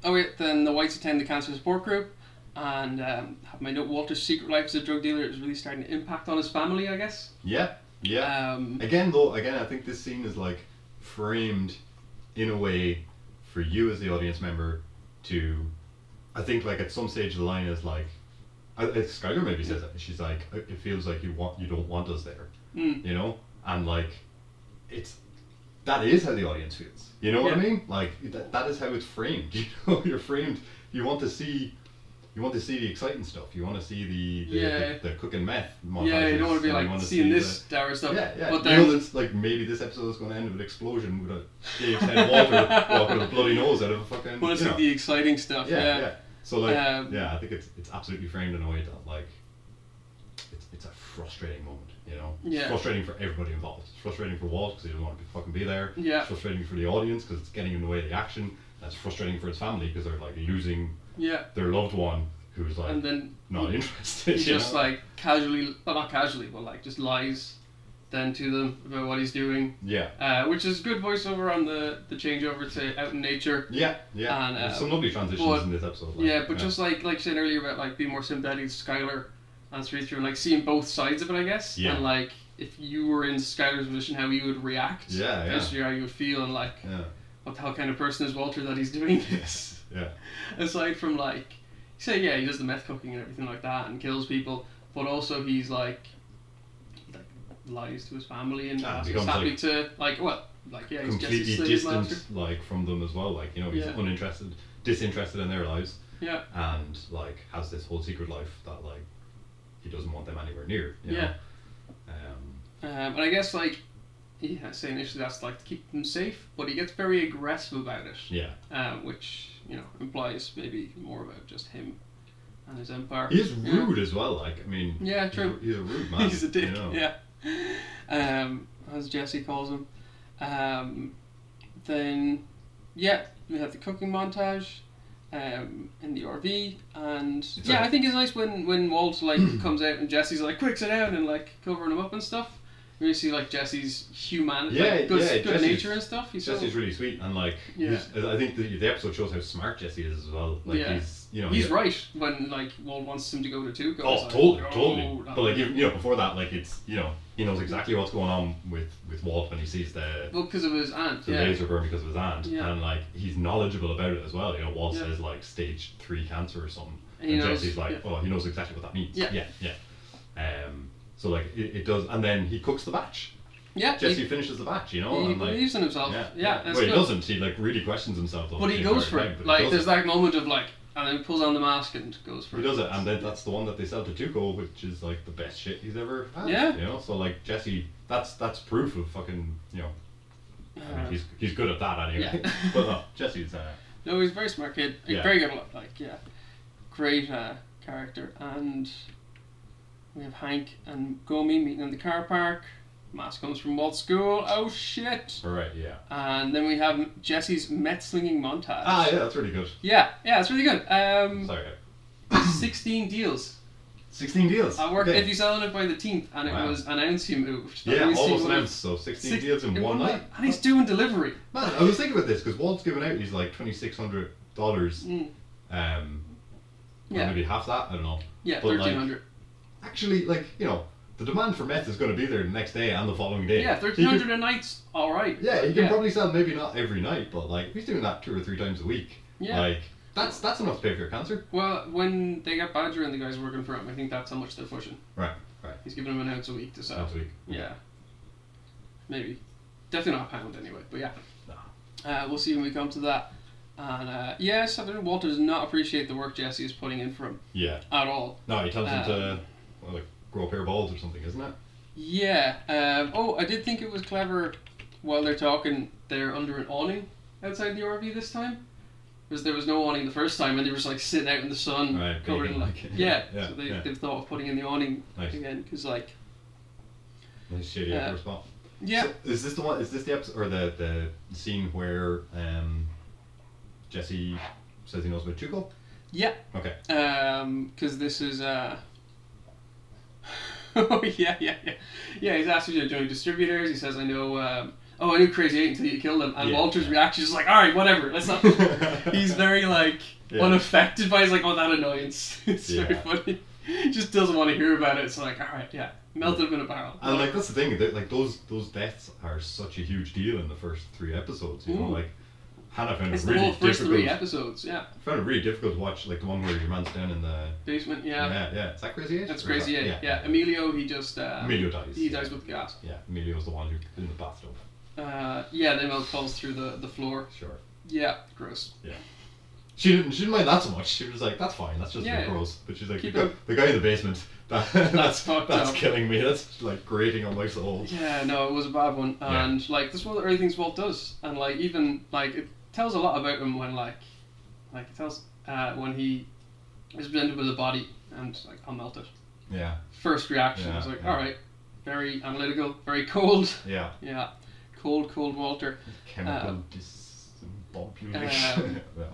Speaker 1: oh yeah, then the Whites attend the cancer support group, and um, have my note. Walter's secret life as a drug dealer is really starting to impact on his family, I guess.
Speaker 2: Yeah, yeah.
Speaker 1: Um,
Speaker 2: again, though, again, I think this scene is like framed in a way for you as the audience member to, I think, like at some stage the line is like, I, I, Skyler maybe says it. She's like, "Uh, it it feels like you want you don't want us there,
Speaker 1: Mm.
Speaker 2: you know, and like, it's. That is how the audience feels. You know what I
Speaker 1: Yeah.
Speaker 2: mean? Like that, that is how it's framed. You know, you're framed. You want to see you want to see the exciting stuff. You want to see the the,
Speaker 1: Yeah.
Speaker 2: the, the cooking meth.
Speaker 1: yeah, you
Speaker 2: montages,
Speaker 1: don't want to be
Speaker 2: and you
Speaker 1: like
Speaker 2: wanna
Speaker 1: seeing
Speaker 2: see
Speaker 1: this Dara
Speaker 2: The,
Speaker 1: stuff.
Speaker 2: yeah, yeah.
Speaker 1: But
Speaker 2: you know,
Speaker 1: then,
Speaker 2: that's like maybe this episode is going to end with an explosion with a Dave's head Walter walking with a bloody nose out of a fucking.
Speaker 1: well, it's
Speaker 2: you
Speaker 1: like
Speaker 2: know.
Speaker 1: the exciting stuff.
Speaker 2: yeah, yeah, So like,
Speaker 1: Um,
Speaker 2: yeah, I think it's it's absolutely framed in a way that like, it's it's a frustrating moment. You know,
Speaker 1: Yeah.
Speaker 2: it's frustrating for everybody involved. It's frustrating for Walt because he doesn't want to be, fucking be there.
Speaker 1: Yeah.
Speaker 2: It's frustrating for the audience because it's getting in the way of the action. That's frustrating for his family because they're like losing
Speaker 1: Yeah.
Speaker 2: their loved one who's like
Speaker 1: And then
Speaker 2: not
Speaker 1: he-
Speaker 2: interested.
Speaker 1: he
Speaker 2: you
Speaker 1: just
Speaker 2: know?
Speaker 1: like casually, well, not casually, but like just lies then to them about what he's doing,
Speaker 2: yeah,
Speaker 1: uh, which is good voiceover on the the changeover to out in nature.
Speaker 2: yeah, yeah.
Speaker 1: And, uh,
Speaker 2: There's some lovely transitions
Speaker 1: but-
Speaker 2: in this episode. Like,
Speaker 1: Yeah, but just like like saying earlier about like being more sympathetic to Skylar and Sweet through and like seeing both sides of it, I guess.
Speaker 2: Yeah.
Speaker 1: And like if you were in Skylar's position, how you would react.
Speaker 2: Yeah, yeah.
Speaker 1: Especially how you would feel and like
Speaker 2: yeah,
Speaker 1: what the hell kind of person is Walter that he's doing this.
Speaker 2: yes, yeah,
Speaker 1: aside from like you say yeah he does the meth cooking and everything like that and kills people but also he's like he, like lies to his family and
Speaker 2: Ah,
Speaker 1: asks
Speaker 2: becomes,
Speaker 1: what's happening
Speaker 2: like,
Speaker 1: to like well like yeah he's Jesse's
Speaker 2: completely
Speaker 1: slave
Speaker 2: distant
Speaker 1: master
Speaker 2: like from them as well. Like you know, he's
Speaker 1: Yeah.
Speaker 2: uninterested, disinterested in their lives,
Speaker 1: yeah
Speaker 2: and like has this whole secret life that like he doesn't want them anywhere near. You
Speaker 1: Yeah.
Speaker 2: Know? Um,
Speaker 1: um, and I guess like yeah say initially that's like to keep them safe but he gets very aggressive about it
Speaker 2: yeah.
Speaker 1: um, which you know implies maybe more about just him and his empire
Speaker 2: He is
Speaker 1: Yeah.
Speaker 2: rude as well. Like I mean,
Speaker 1: Yeah,
Speaker 2: he's a-
Speaker 1: true.
Speaker 2: He's a rude man.
Speaker 1: He's a dick.
Speaker 2: You know?
Speaker 1: Yeah. Um, as Jesse calls him. Um, then, yeah, we have the cooking montage um, in the RV, and
Speaker 2: It's
Speaker 1: yeah,
Speaker 2: like-
Speaker 1: I think it's nice when when Walt like comes out and Jesse's like, "Quick, sit down," and like covering him up and stuff. And you see like Jesse's humanity,
Speaker 2: Yeah,
Speaker 1: like, good,
Speaker 2: yeah,
Speaker 1: good
Speaker 2: Jesse's-
Speaker 1: nature and stuff. He's so,
Speaker 2: Jesse's really sweet, and like,
Speaker 1: Yeah.
Speaker 2: he's- I think the, the episode shows how smart Jesse is as well. Like
Speaker 1: Yeah.
Speaker 2: he's, you know,
Speaker 1: he's
Speaker 2: he-
Speaker 1: right when like Walt wants him to go to two goes.
Speaker 2: Oh,
Speaker 1: like,
Speaker 2: totally,
Speaker 1: "Oh,
Speaker 2: totally.
Speaker 1: that-
Speaker 2: But like, even, you know, before that, like, it's you know, he knows exactly what's going on with with Walt when he sees the
Speaker 1: well, because of his aunt.
Speaker 2: the
Speaker 1: Yeah.
Speaker 2: laser burn because of his aunt,
Speaker 1: Yeah.
Speaker 2: and like, he's knowledgeable about it as well. You know, Walt
Speaker 1: Yeah.
Speaker 2: says like stage three cancer or something,
Speaker 1: And
Speaker 2: and,
Speaker 1: he knows-
Speaker 2: Jesse's like,
Speaker 1: yeah.
Speaker 2: oh, he knows exactly what that means.
Speaker 1: Yeah.
Speaker 2: yeah, yeah. Um, so like, it, it does, and then he cooks the batch.
Speaker 1: Yeah,
Speaker 2: Jesse
Speaker 1: he,
Speaker 2: finishes the batch, you know,
Speaker 1: he
Speaker 2: and like,
Speaker 1: believes in himself. Yeah,
Speaker 2: yeah,
Speaker 1: that's
Speaker 2: Well, he
Speaker 1: good.
Speaker 2: doesn't. He like really questions himself. though,
Speaker 1: But he
Speaker 2: the
Speaker 1: goes for
Speaker 2: entire
Speaker 1: it.
Speaker 2: time, but he
Speaker 1: Like
Speaker 2: does
Speaker 1: there's that moment of like, and then he pulls on the mask and goes for
Speaker 2: He
Speaker 1: it.
Speaker 2: does it, and then that's the one that they sell to Tuco, which is like the best shit he's ever had.
Speaker 1: Yeah.
Speaker 2: You know, so like Jesse, that's that's proof of fucking you know. I mean,
Speaker 1: Uh,
Speaker 2: he's he's good at that anyway.
Speaker 1: yeah.
Speaker 2: but no, Jesse's uh,
Speaker 1: no, he's a very smart kid. He's
Speaker 2: Yeah.
Speaker 1: Very good. at Like yeah, great uh, character. And we have Hank and Gomi meeting in the car park. Mask comes from Walt's school. Oh shit!
Speaker 2: all right, yeah.
Speaker 1: And then we have Jesse's met slinging montage.
Speaker 2: Ah, yeah, that's really good.
Speaker 1: yeah, yeah, it's really good. Um,
Speaker 2: Sorry,
Speaker 1: sixteen deals.
Speaker 2: sixteen deals.
Speaker 1: I worked
Speaker 2: Okay.
Speaker 1: if you sell it by the tenth, and it
Speaker 2: Wow.
Speaker 1: was an ounce he moved. That
Speaker 2: yeah,
Speaker 1: means he
Speaker 2: almost an
Speaker 1: would've-
Speaker 2: ounce. So sixteen
Speaker 1: six-
Speaker 2: deals in, one night.
Speaker 1: and he's doing delivery.
Speaker 2: Man, I was thinking about this because Walt's giving out he's like twenty six hundred dollars.
Speaker 1: Mm.
Speaker 2: Um, or
Speaker 1: Yeah.
Speaker 2: maybe half that. I don't know.
Speaker 1: Yeah,
Speaker 2: But, like,
Speaker 1: thirteen hundred.
Speaker 2: Actually, like you know, the demand for meth is going to be there the next day and the following day.
Speaker 1: Yeah,
Speaker 2: He
Speaker 1: thirteen
Speaker 2: could-
Speaker 1: hundred a night's all right.
Speaker 2: Yeah, he can
Speaker 1: yeah.
Speaker 2: probably sell maybe not every night, but like he's doing that two or three times a week.
Speaker 1: Yeah.
Speaker 2: Like that's that's enough to pay for your cancer.
Speaker 1: Well, when they got Badger and the guys working for him, I think that's how much they're pushing.
Speaker 2: Right, right.
Speaker 1: He's giving him an ounce a week to sell.
Speaker 2: Times a week.
Speaker 1: Yeah, maybe, definitely not a pound anyway. But yeah,
Speaker 2: No.
Speaker 1: uh, we'll see when we come to that. And uh, yeah, Southern Walter does not appreciate the work Jesse is putting in for him
Speaker 2: Yeah.
Speaker 1: at all.
Speaker 2: No, he tells him
Speaker 1: Um,
Speaker 2: to well, like grow a pair of balls or something, isn't it?
Speaker 1: Yeah. Um, oh, I did think it was clever. While they're talking, they're under an awning outside the RV this time, because there was no awning the first time, and they were just like sitting out in the sun,
Speaker 2: Right,
Speaker 1: covered
Speaker 2: baking,
Speaker 1: in like
Speaker 2: like,
Speaker 1: yeah.
Speaker 2: yeah,
Speaker 1: so they
Speaker 2: yeah.
Speaker 1: they've thought of putting in the awning
Speaker 2: Nice.
Speaker 1: again, because like
Speaker 2: Nice shitty
Speaker 1: Yeah.
Speaker 2: outdoor spot.
Speaker 1: yeah,
Speaker 2: So, is this the one? Is this the episode or the the scene where um, Jesse says he knows about Tuchel?
Speaker 1: Yeah.
Speaker 2: Okay.
Speaker 1: Um 'cause because this is uh. oh yeah, yeah, yeah, yeah. He's asked if you're joining distributors. He says, "I know." Um, oh, I knew Crazy Eight until you killed him. And
Speaker 2: Yeah.
Speaker 1: Walter's reaction is like, "All right, whatever. Let's not." he's very like
Speaker 2: Yeah.
Speaker 1: unaffected by. it. He's like, "Oh, that annoyance." it's very
Speaker 2: Yeah.
Speaker 1: funny. Just doesn't want to hear about it. It's like, all right, yeah, melted him in a barrel.
Speaker 2: And like that's the thing, that, like those those deaths are such a huge deal in the first three episodes. You know,
Speaker 1: Mm.
Speaker 2: like Hannah found it
Speaker 1: it's the
Speaker 2: really
Speaker 1: whole first
Speaker 2: difficult.
Speaker 1: three episodes. Yeah,
Speaker 2: found it really difficult to watch, like the one where your man's down in the
Speaker 1: basement. Yeah,
Speaker 2: yeah yeah. Is that Crazy Eight?
Speaker 1: that's
Speaker 2: Or is
Speaker 1: crazy.
Speaker 2: that-
Speaker 1: yeah. yeah, Emilio, he just uh,
Speaker 2: Emilio dies.
Speaker 1: he dies with gas.
Speaker 2: Yeah, Emilio's the one who in the bathtub.
Speaker 1: Uh, yeah, then milk falls through the, the floor.
Speaker 2: Sure.
Speaker 1: Yeah, gross.
Speaker 2: She didn't. She didn't mind that so much. She was like, "That's fine. That's just
Speaker 1: Yeah.
Speaker 2: gross." But she's like, the
Speaker 1: Keep
Speaker 2: guy, the guy in the basement. That, that's
Speaker 1: fucked
Speaker 2: that's
Speaker 1: up.
Speaker 2: killing me. That's like grating on my soul.
Speaker 1: Yeah, no, it was a bad one.
Speaker 2: Yeah.
Speaker 1: And like that's one of the early things Walt does. And like even like it tells a lot about him when like like it tells uh, when he is presented with a body and like I'll melt it.
Speaker 2: Yeah.
Speaker 1: First reaction
Speaker 2: Yeah,
Speaker 1: was like,
Speaker 2: yeah.
Speaker 1: all right, very analytical, very cold.
Speaker 2: Yeah.
Speaker 1: Yeah, cold, cold Walter.
Speaker 2: Chemical
Speaker 1: Um,
Speaker 2: dis. Bob Pulish.
Speaker 1: Um,
Speaker 2: no.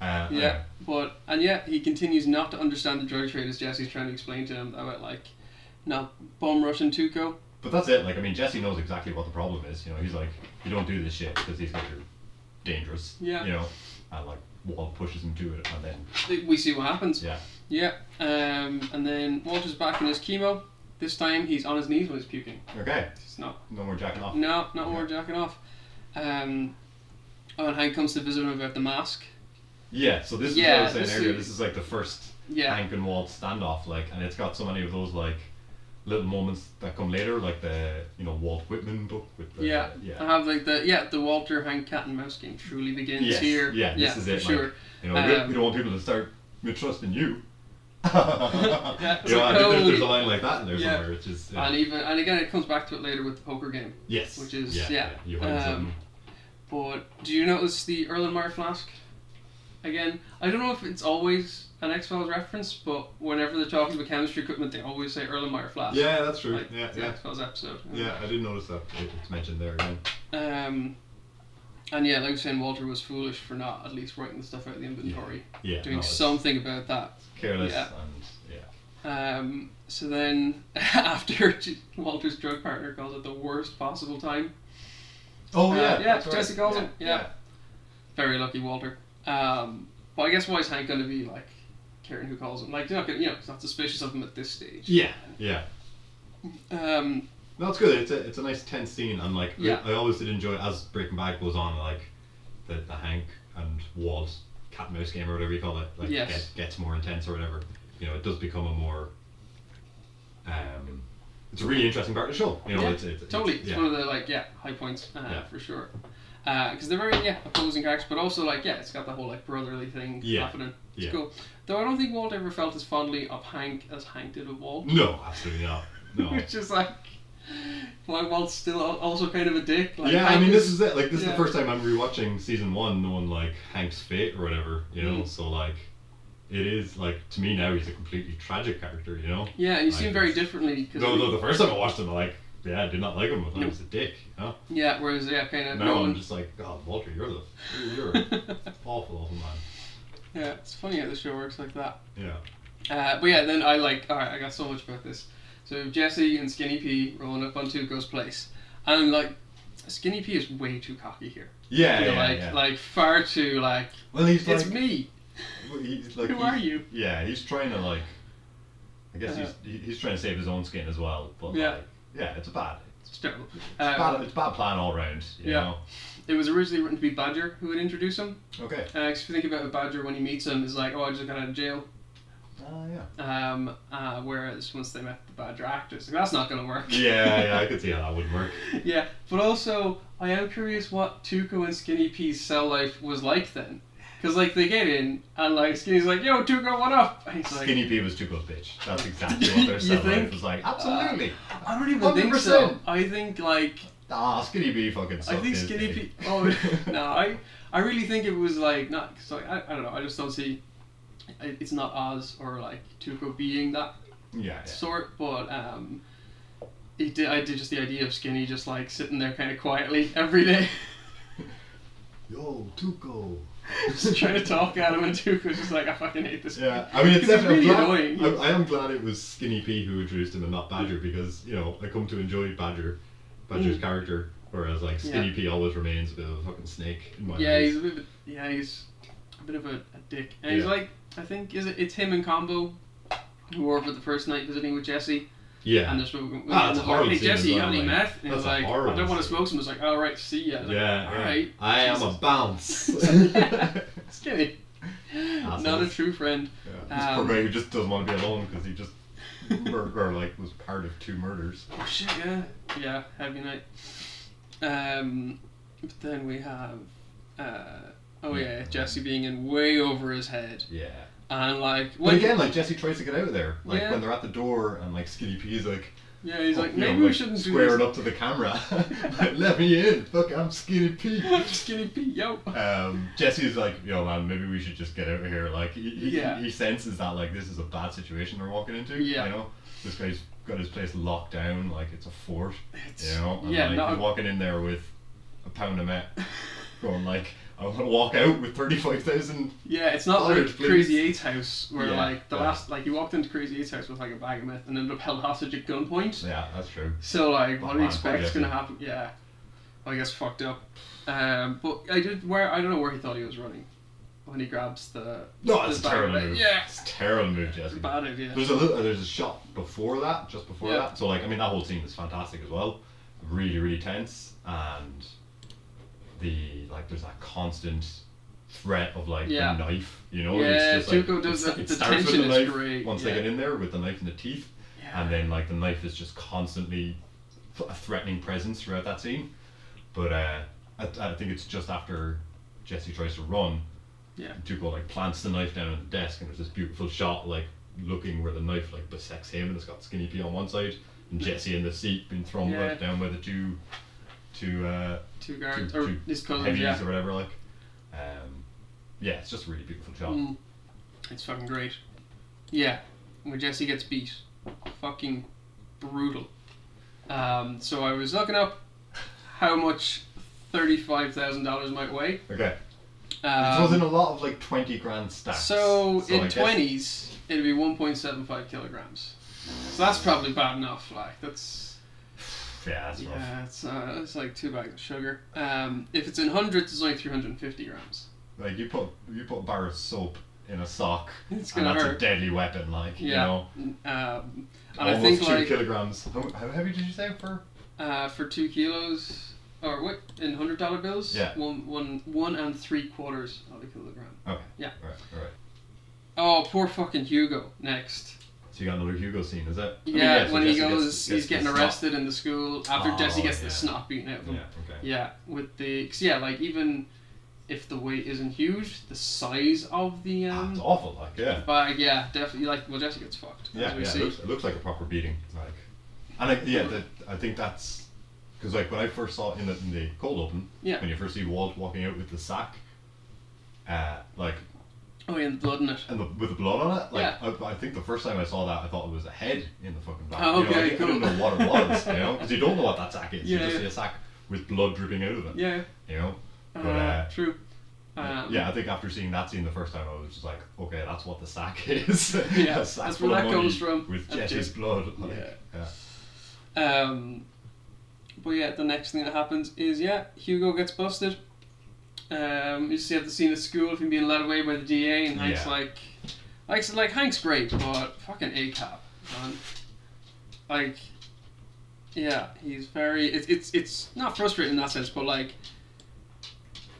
Speaker 2: Uh,
Speaker 1: Yeah, but and yet he continues not to understand the drug trade as Jesse's trying to explain to him about like not bum rushing Tuco.
Speaker 2: But that's it. Like, I mean, Jesse knows exactly what the problem is. You know, he's like, you don't do this shit because these guys are dangerous.
Speaker 1: Yeah.
Speaker 2: You know, and like Walt pushes him to it, and then
Speaker 1: We see what happens.
Speaker 2: yeah,
Speaker 1: Yeah, um, and then Walter's back in his chemo. This time he's on his knees when he's puking.
Speaker 2: okay,
Speaker 1: It's not
Speaker 2: no more jacking off.
Speaker 1: no, not when we're jacking off. Um, oh, and Hank comes to visit him about the mask.
Speaker 2: Yeah. So this
Speaker 1: Yeah,
Speaker 2: is what I was
Speaker 1: this
Speaker 2: saying earlier.
Speaker 1: is-
Speaker 2: This is like the first
Speaker 1: Yeah,
Speaker 2: Hank and Walt standoff, like, and it's got so many of those like little moments that come later, like the you know Walt Whitman book with the
Speaker 1: yeah. Uh-huh. I
Speaker 2: yeah.
Speaker 1: have like the yeah the Walter Hank cat and mouse game truly begins
Speaker 2: Yes,
Speaker 1: here.
Speaker 2: yeah, this is
Speaker 1: for
Speaker 2: it, like-
Speaker 1: sure.
Speaker 2: You know, we-
Speaker 1: Um,
Speaker 2: we don't want people to start mistrusting you. you know, I
Speaker 1: like,
Speaker 2: think there's,
Speaker 1: oh,
Speaker 2: there's a line like that in there
Speaker 1: yeah.
Speaker 2: somewhere, which is yeah.
Speaker 1: And even and again it comes back to it later with the poker game.
Speaker 2: yes,
Speaker 1: which is-
Speaker 2: yeah,
Speaker 1: yeah,
Speaker 2: you hide
Speaker 1: um,
Speaker 2: something.
Speaker 1: But do you notice the Erlenmeyer flask? Again, I don't know if it's always an X Files reference, but whenever they're talking about chemistry equipment, they always say Erlenmeyer flask.
Speaker 2: Yeah, that's true.
Speaker 1: Like,
Speaker 2: yeah,
Speaker 1: it's an
Speaker 2: yeah.
Speaker 1: X Files episode.
Speaker 2: Yeah, I did notice that. It- It's mentioned there again.
Speaker 1: Um, and yeah, like I was saying, Walter was foolish for not at least writing the stuff out of the inventory,
Speaker 2: Yeah.
Speaker 1: doing
Speaker 2: no, it's
Speaker 1: something about that.
Speaker 2: Careless
Speaker 1: yeah.
Speaker 2: and yeah.
Speaker 1: Um, so then, after Walter's drug partner calls it the worst possible time,
Speaker 2: Oh
Speaker 1: Uh,
Speaker 2: yeah.
Speaker 1: yeah,
Speaker 2: that's right.
Speaker 1: Jesse calls
Speaker 2: yeah,
Speaker 1: him, yeah. very lucky Walter. Um, but I guess why is Hank going to be like caring who calls him? Like, you're not gonna, you know, it's not suspicious of him at this stage.
Speaker 2: Yeah. Yeah.
Speaker 1: Um,
Speaker 2: No, it's good. It's a it's a nice tense scene, and like I-
Speaker 1: Yeah.
Speaker 2: I, always did enjoy as Breaking Bad goes on, like the, the Hank and Walt cat and mouse game or whatever you call it, like
Speaker 1: Yes.
Speaker 2: gets, gets more intense or whatever. You know, it does become a more. Um, it's a really interesting part of the show. You know,
Speaker 1: Yeah,
Speaker 2: it's, it's
Speaker 1: totally.
Speaker 2: It's,
Speaker 1: It's
Speaker 2: yeah.
Speaker 1: one of the like yeah high points uh,
Speaker 2: Yeah.
Speaker 1: for sure. Because they're very yeah opposing characters, but also like yeah, it's got the whole like brotherly thing
Speaker 2: Yeah.
Speaker 1: happening. It's
Speaker 2: Yeah.
Speaker 1: cool. Though I don't think Walt ever felt as fondly of Hank as Hank did of Walt,
Speaker 2: No, absolutely not. No.
Speaker 1: which is like why Walt's still al- also kind of a dick. Like,
Speaker 2: yeah, I
Speaker 1: Hank
Speaker 2: mean, this is it. Like, this is
Speaker 1: yeah.
Speaker 2: the first time I'm rewatching season one, knowing like Hank's fate or whatever, you know.
Speaker 1: Mm.
Speaker 2: So like, it is like to me now he's a completely tragic character, you know.
Speaker 1: yeah, and you
Speaker 2: like,
Speaker 1: see him very differently. Cause
Speaker 2: Though, though the first time I watched him, I like, yeah, I did not like him. I thought he
Speaker 1: No.
Speaker 2: was a dick, you know.
Speaker 1: yeah, whereas yeah, kind of
Speaker 2: Now
Speaker 1: no
Speaker 2: I'm
Speaker 1: one.
Speaker 2: just like, God, Walter, you're the, you're an awful, awful man.
Speaker 1: yeah, it's funny how the show works like that.
Speaker 2: Yeah.
Speaker 1: Uh, but yeah, then I like, alright, I got so much about this. So Jesse and Skinny P rolling up on Tuco's place. And like, Skinny P is way too cocky here.
Speaker 2: Yeah,
Speaker 1: You know,
Speaker 2: yeah,
Speaker 1: like,
Speaker 2: yeah.
Speaker 1: like far too, like,
Speaker 2: well, he's
Speaker 1: it's
Speaker 2: like,
Speaker 1: me.
Speaker 2: he's like,
Speaker 1: Who
Speaker 2: he's-
Speaker 1: are you?
Speaker 2: Yeah, he's trying to like, I guess
Speaker 1: Yeah.
Speaker 2: he's he- he's trying to save his own skin as well. But
Speaker 1: Yeah.
Speaker 2: like, yeah, it's a bad,
Speaker 1: It's terrible.
Speaker 2: it's,
Speaker 1: Uh,
Speaker 2: bad, it's a bad plan all round. You
Speaker 1: yeah.
Speaker 2: know?
Speaker 1: it was originally written to be Badger who would introduce him.
Speaker 2: Okay.
Speaker 1: Uh 'cause if you think about it, Badger when he meets him, is like, oh, I just got out of jail.
Speaker 2: Uh, yeah.
Speaker 1: Um, uh, whereas once they met the Badger actors, like, that's not going to work.
Speaker 2: yeah, yeah, I could see how that would work.
Speaker 1: yeah, but also I am curious what Tuco and Skinny P's cell life was like then, because like they get in and like Skinny's like, "Yo, Tuco, what up?" And he's like,
Speaker 2: Skinny P was Tuco's bitch. That's exactly what their
Speaker 1: You
Speaker 2: cell
Speaker 1: think? Uh,
Speaker 2: life was like. Absolutely.
Speaker 1: "I don't even think so.
Speaker 2: 100%.
Speaker 1: I think like
Speaker 2: Ah, Skinny P fucking
Speaker 1: I
Speaker 2: sucked
Speaker 1: think
Speaker 2: his
Speaker 1: Skinny P.
Speaker 2: dick.
Speaker 1: Oh no, I I really think it was like not. Cause, like, I I don't know. I just don't see. it- It's not Oz or like Tuco being that
Speaker 2: Yeah, yeah.
Speaker 1: sort, but um, it did. I did just the idea of Skinny just like sitting there kind of quietly every day.
Speaker 2: Yo, Tuco.
Speaker 1: just trying to talk at him, and Tuco's just like, I fucking hate this.
Speaker 2: Yeah, I mean, it's,
Speaker 1: It's
Speaker 2: definitely
Speaker 1: really
Speaker 2: I'm glad,
Speaker 1: annoying.
Speaker 2: I, I am glad it was Skinny P who introduced him and not Badger because you know I come to enjoy Badger, Badger's
Speaker 1: Mm.
Speaker 2: character, whereas like Skinny P always remains a bit of a fucking snake in my
Speaker 1: Yeah,
Speaker 2: eyes.
Speaker 1: he's a bit. Of a, yeah, he's a bit of a, a dick, and he's
Speaker 2: Yeah.
Speaker 1: like, I think is it? It's him and Combo, who were for the first night visiting with Jesse,
Speaker 2: yeah,
Speaker 1: and they're smoking.
Speaker 2: Ah, that's
Speaker 1: and
Speaker 2: a horrible
Speaker 1: hey
Speaker 2: scene as
Speaker 1: Jesse, you got
Speaker 2: well,
Speaker 1: any
Speaker 2: like,
Speaker 1: meth? And he's
Speaker 2: that's a
Speaker 1: like, I
Speaker 2: horrible
Speaker 1: don't want to
Speaker 2: scene.
Speaker 1: smoke some. He's like, all right, see ya. I was
Speaker 2: yeah, yeah.
Speaker 1: Like, all right.
Speaker 2: I am a
Speaker 1: Jesus.
Speaker 2: bounce.
Speaker 1: Skinny. Not a
Speaker 2: Assholes.
Speaker 1: true friend.
Speaker 2: Yeah, this
Speaker 1: Um,
Speaker 2: poor guy who just doesn't want to be alone because he just mur- or like was part of two murders.
Speaker 1: Oh shit, yeah. Yeah, heavy night. Um, but then we have. Uh, oh yeah, Jesse being in way over his head.
Speaker 2: Yeah.
Speaker 1: And like.
Speaker 2: But again, like Jesse tries to get out of there, like
Speaker 1: Yeah.
Speaker 2: when they're at the door and like Skinny P is like,
Speaker 1: Yeah, he's like,
Speaker 2: you know,
Speaker 1: maybe we
Speaker 2: like,
Speaker 1: shouldn't do
Speaker 2: squaring
Speaker 1: this.
Speaker 2: up to the camera. Like, Let me in, fuck, I'm Skinny P.
Speaker 1: Skinny Pete, yo.
Speaker 2: Um, Jesse's like, yo man, maybe we should just get out of here. Like he, he,
Speaker 1: Yeah.
Speaker 2: he senses that like this is a bad situation we're walking into.
Speaker 1: Yeah.
Speaker 2: You know, this guy's got his place locked down, like it's a fort.
Speaker 1: It's,
Speaker 2: You know, and
Speaker 1: yeah,
Speaker 2: like,
Speaker 1: not
Speaker 2: he's
Speaker 1: a-
Speaker 2: walking in there with a pound of meth. going like, I want to walk out with thirty-five thousand.
Speaker 1: Yeah, it's not
Speaker 2: Orange,
Speaker 1: like
Speaker 2: please.
Speaker 1: Crazy Eight's house where
Speaker 2: Yeah,
Speaker 1: like the
Speaker 2: yeah.
Speaker 1: last like you walked into Crazy Eight's house with like a bag of meth and ended up held hostage at gunpoint.
Speaker 2: Yeah, that's true.
Speaker 1: So like, what do you
Speaker 2: Wow,
Speaker 1: expect is
Speaker 2: yeah.
Speaker 1: gonna happen? Yeah, I guess fucked up. Um, but I did where I don't know where he thought he was running when he grabs the.
Speaker 2: No,
Speaker 1: the
Speaker 2: it's a
Speaker 1: bag of
Speaker 2: terrible
Speaker 1: meth.
Speaker 2: move.
Speaker 1: Yeah,
Speaker 2: It's a terrible move, Jessica.
Speaker 1: bad idea.
Speaker 2: There's a little, there's a shot before that, just before
Speaker 1: Yeah.
Speaker 2: that. So like, I mean, that whole scene is fantastic as well. Really, really tense, and the like, there's that constant threat of like
Speaker 1: Yeah.
Speaker 2: the knife. You know,
Speaker 1: Yeah,
Speaker 2: it's just, like,
Speaker 1: Tuco does
Speaker 2: it's-
Speaker 1: that-
Speaker 2: It
Speaker 1: the
Speaker 2: starts with
Speaker 1: tension
Speaker 2: the
Speaker 1: is
Speaker 2: knife
Speaker 1: great,
Speaker 2: once
Speaker 1: yeah.
Speaker 2: they get in there with the knife in the teeth,
Speaker 1: Yeah.
Speaker 2: and uh, then like the knife is just constantly th- a threatening presence throughout that scene. But uh, I, I think it's just after Jesse tries to run,
Speaker 1: Yeah.
Speaker 2: Tuco like plants the knife down on the desk, and there's this beautiful shot like looking where the knife like bisects him, and it's got Skinny P on one side and Jesse in the seat being thrown
Speaker 1: Yeah.
Speaker 2: back down by the two, two, uh,
Speaker 1: two
Speaker 2: two,
Speaker 1: guards or
Speaker 2: two
Speaker 1: his cousins.
Speaker 2: heavies
Speaker 1: Yeah,
Speaker 2: or whatever. Like, um, yeah, it's just a really beautiful shot.
Speaker 1: Mm. it's fucking great. Yeah, when Jesse gets beat, fucking brutal. Um, so I was looking up how much thirty-five thousand dollars might weigh.
Speaker 2: Okay, it was in
Speaker 1: Um,
Speaker 2: a lot of like twenty grand stacks.
Speaker 1: so
Speaker 2: I
Speaker 1: in
Speaker 2: guess-
Speaker 1: twenties, it'd be one point seven five kilograms. So that's probably bad enough. Like that's
Speaker 2: yeah, that's rough.
Speaker 1: yeah, it's uh, it's like two bags of sugar. Um, if it's in hundreds, it's only three hundred and fifty grams.
Speaker 2: Like you put you put a bar of soap in a sock,
Speaker 1: It's
Speaker 2: and
Speaker 1: gonna
Speaker 2: that's a
Speaker 1: hurt.
Speaker 2: deadly weapon. Like you
Speaker 1: Yeah.
Speaker 2: know,
Speaker 1: Um, and I
Speaker 2: almost
Speaker 1: think
Speaker 2: two
Speaker 1: like
Speaker 2: kilograms. How, how heavy did you say for?
Speaker 1: uh, for two kilos or what in hundred dollar bills,
Speaker 2: Yeah.
Speaker 1: one one one and three quarters of a kilogram.
Speaker 2: Okay.
Speaker 1: Yeah.
Speaker 2: All right. All right.
Speaker 1: Oh, poor fucking Hugo. Next,
Speaker 2: So you got another Hugo scene, is that?
Speaker 1: yeah, when he goes, he's getting arrested in the school after
Speaker 2: Oh,
Speaker 1: Jesse gets
Speaker 2: yeah.
Speaker 1: the snot beaten out of him.
Speaker 2: Yeah. Okay.
Speaker 1: Yeah, with the 'cause yeah, like even if the weight isn't huge, the size of the
Speaker 2: Ah, it's
Speaker 1: um
Speaker 2: awful. Like yeah.
Speaker 1: bag, yeah, definitely like well, Jesse gets fucked.
Speaker 2: Yeah.
Speaker 1: as
Speaker 2: yeah
Speaker 1: we
Speaker 2: it,
Speaker 1: see.
Speaker 2: looks, it looks like a proper beating. Like, and like yeah, that, I think that's because like when I first saw it in the, in the cold open,
Speaker 1: Yeah.
Speaker 2: when you first see Walt walking out with the sack, uh, like
Speaker 1: Oh, yeah, and blood in it.
Speaker 2: and the, with the blood on it, like I, I think the first time I saw that, I thought it was a head in the fucking back.
Speaker 1: Oh,
Speaker 2: you know,
Speaker 1: okay,
Speaker 2: I, didn't- I
Speaker 1: cool.
Speaker 2: didn't know what it was, you know, because you don't know what that sack is. you
Speaker 1: Yeah,
Speaker 2: just
Speaker 1: yeah.
Speaker 2: see a sack with blood dripping out of it,
Speaker 1: Yeah.
Speaker 2: you know.
Speaker 1: Uh,
Speaker 2: But uh,
Speaker 1: true. Um,
Speaker 2: yeah, I think after seeing that scene the first time, I was just like, okay, that's what the sack is. A
Speaker 1: Yeah,
Speaker 2: sack
Speaker 1: that's
Speaker 2: full
Speaker 1: where
Speaker 2: of
Speaker 1: that
Speaker 2: money
Speaker 1: comes from.
Speaker 2: With
Speaker 1: That's
Speaker 2: Jesse's
Speaker 1: just-
Speaker 2: blood. Like,
Speaker 1: yeah.
Speaker 2: yeah.
Speaker 1: Um, but yeah, the next thing that happens is yeah, Hugo gets busted. Um, you see at the scene at school of him being led away by the DA, and Hank's
Speaker 2: Yeah.
Speaker 1: like, like, like Hank's great, but fucking a cap, man. Like, yeah, he's very. It's it's it's not frustrating in that sense, but like.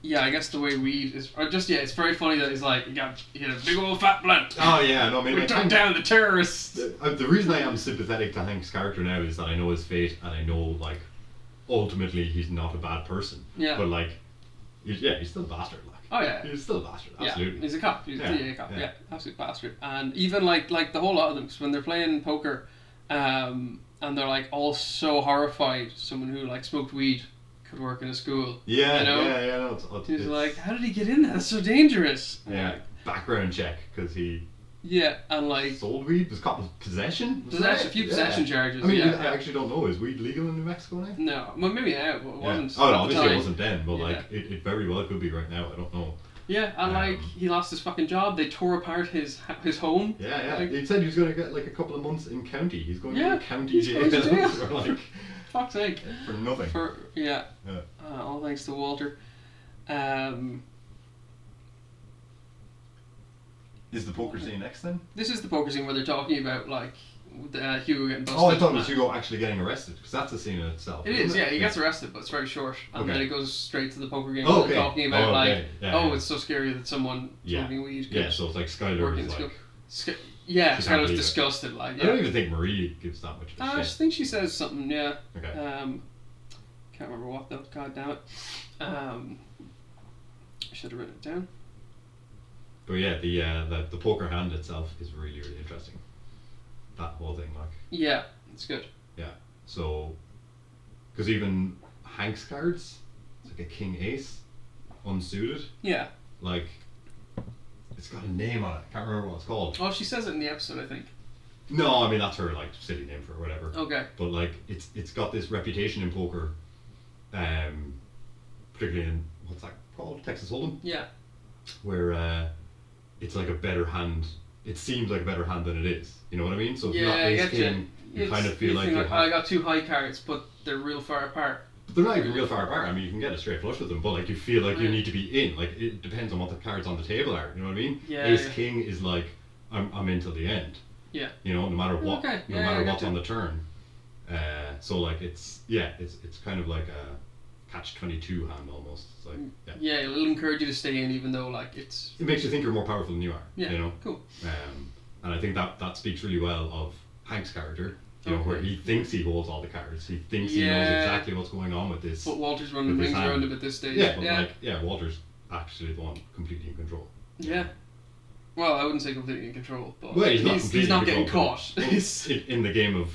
Speaker 1: Yeah, I guess the way weed is, or just yeah, it's very funny that he's like, he got he had a big old fat blunt.
Speaker 2: Oh yeah, no, I mean,
Speaker 1: we
Speaker 2: like,
Speaker 1: took down the terrorists.
Speaker 2: The, uh, the reason I am sympathetic to Hank's character now is that I know his fate and I know like ultimately he's not a bad person.
Speaker 1: Yeah.
Speaker 2: But like, he's, yeah, he's still a bastard. Like,
Speaker 1: Oh yeah,
Speaker 2: he's still a bastard.
Speaker 1: Yeah,
Speaker 2: Absolutely.
Speaker 1: he's a cop. He's
Speaker 2: Yeah,
Speaker 1: a DA cop.
Speaker 2: yeah.
Speaker 1: Yeah. absolute bastard. And even like like the whole lot of them, 'cause when they're playing poker, um, and they're like all so horrified someone who like smoked weed could work in a school.
Speaker 2: Yeah,
Speaker 1: You know?
Speaker 2: yeah, yeah. No, it's, it's,
Speaker 1: He's
Speaker 2: it's-
Speaker 1: like, how did he get in there? That's so dangerous. And
Speaker 2: yeah,
Speaker 1: like,
Speaker 2: background check because he
Speaker 1: yeah, and like
Speaker 2: sold weed. Was caught with possession. Was that
Speaker 1: possession,
Speaker 2: it?
Speaker 1: a few
Speaker 2: Yeah.
Speaker 1: possession charges.
Speaker 2: I mean,
Speaker 1: yeah,
Speaker 2: I
Speaker 1: yeah.
Speaker 2: actually don't know. Is weed legal in New Mexico now?
Speaker 1: no, well maybe now, but it wasn't.
Speaker 2: Yeah. Oh, no,
Speaker 1: at the
Speaker 2: obviously
Speaker 1: time.
Speaker 2: it wasn't then, but
Speaker 1: Yeah.
Speaker 2: like it, it very well could be right now. I don't know.
Speaker 1: Yeah, and like
Speaker 2: Um,
Speaker 1: he lost his fucking job. They tore apart his his home.
Speaker 2: Yeah, yeah.
Speaker 1: Like-
Speaker 2: he said he was going to get like a couple of months in county. He's going
Speaker 1: Yeah,
Speaker 2: to county
Speaker 1: he's
Speaker 2: jail.
Speaker 1: going to jail.
Speaker 2: for, like,
Speaker 1: Fuck's sake.
Speaker 2: for nothing.
Speaker 1: For yeah.
Speaker 2: Yeah.
Speaker 1: Uh, all thanks to Walter. Um,
Speaker 2: Is the poker scene next then?
Speaker 1: this is the poker scene where they're talking about like the, uh, Hugo getting busted.
Speaker 2: Oh, I thought it was Hugo actually getting arrested because that's a scene in itself.
Speaker 1: It
Speaker 2: isn't
Speaker 1: is, yeah. He gets arrested, but it's very short, and
Speaker 2: Okay.
Speaker 1: then it goes straight to the poker game.
Speaker 2: Oh,
Speaker 1: where
Speaker 2: okay.
Speaker 1: They're talking about
Speaker 2: Oh,
Speaker 1: like,
Speaker 2: okay. Yeah,
Speaker 1: oh,
Speaker 2: yeah.
Speaker 1: it's so scary that someone
Speaker 2: Yeah.
Speaker 1: smoking weed
Speaker 2: Yeah,
Speaker 1: could
Speaker 2: so it's like Skyler
Speaker 1: work in
Speaker 2: is
Speaker 1: school.
Speaker 2: like.
Speaker 1: Sc- yeah,
Speaker 2: She
Speaker 1: it's
Speaker 2: can't
Speaker 1: kind of
Speaker 2: believe it.
Speaker 1: disgusted. Like,
Speaker 2: I don't
Speaker 1: yeah.
Speaker 2: even think Marie gives that much of a
Speaker 1: Uh, I
Speaker 2: shit.
Speaker 1: think she says something. Yeah.
Speaker 2: Okay.
Speaker 1: Um, can't remember what though. God damn it. Um, I should have written it down.
Speaker 2: But yeah, the, uh, the the poker hand itself is really really interesting. That whole thing, like
Speaker 1: Yeah, it's good.
Speaker 2: so, because even Hank's cards, it's like a king ace, unsuited,
Speaker 1: Yeah.
Speaker 2: like it's got a name on it. I can't remember what it's called.
Speaker 1: Oh, she says it in the episode, I think.
Speaker 2: No, I mean that's her like city name for it, whatever.
Speaker 1: Okay.
Speaker 2: but like it's it's got this reputation in poker, um, particularly in what's that called Texas Hold'em,
Speaker 1: Yeah.
Speaker 2: where uh, it's like a better hand. It seems like a better hand than it is. You know what I mean? So if you're not
Speaker 1: Yeah, I
Speaker 2: ace
Speaker 1: get you.
Speaker 2: king, you kind of feel like
Speaker 1: think
Speaker 2: you're
Speaker 1: like, oh, I got two high cards, but they're real far apart.
Speaker 2: But they're not even real far apart. I mean, you can get a straight flush with them, but like you feel like you
Speaker 1: Yeah.
Speaker 2: need to be in. Like it depends on what the cards on the table are. You know what I mean?
Speaker 1: Yeah,
Speaker 2: Ace
Speaker 1: yeah.
Speaker 2: King is like I'm I'm in till the end.
Speaker 1: Yeah. Oh,
Speaker 2: You know, no matter what,
Speaker 1: Okay,
Speaker 2: no
Speaker 1: yeah, I
Speaker 2: matter what's
Speaker 1: gotcha.
Speaker 2: on the turn. Uh, so like it's yeah, it's it's kind of like a catch twenty two hand almost. It's like
Speaker 1: Mm.
Speaker 2: yeah.
Speaker 1: Yeah, it'll encourage you to stay in, even though like it's
Speaker 2: It makes you think you're more powerful than you are.
Speaker 1: yeah,
Speaker 2: You know.
Speaker 1: cool.
Speaker 2: Um, and I think that that speaks really well of Hank's character. You know, where
Speaker 1: Okay.
Speaker 2: he thinks he holds all the cards. He thinks he
Speaker 1: Yeah.
Speaker 2: knows exactly what's going on with this.
Speaker 1: But Walter's running
Speaker 2: With his
Speaker 1: rings around
Speaker 2: hand.
Speaker 1: him at this stage.
Speaker 2: Yeah, but
Speaker 1: yeah.
Speaker 2: like, yeah, Walter's actually the one completely in control.
Speaker 1: Yeah. Well, I wouldn't say completely in control, but
Speaker 2: Well, he's not
Speaker 1: he's,
Speaker 2: completely
Speaker 1: not
Speaker 2: in
Speaker 1: getting
Speaker 2: control,
Speaker 1: caught.
Speaker 2: but
Speaker 1: He's-
Speaker 2: In, in the game of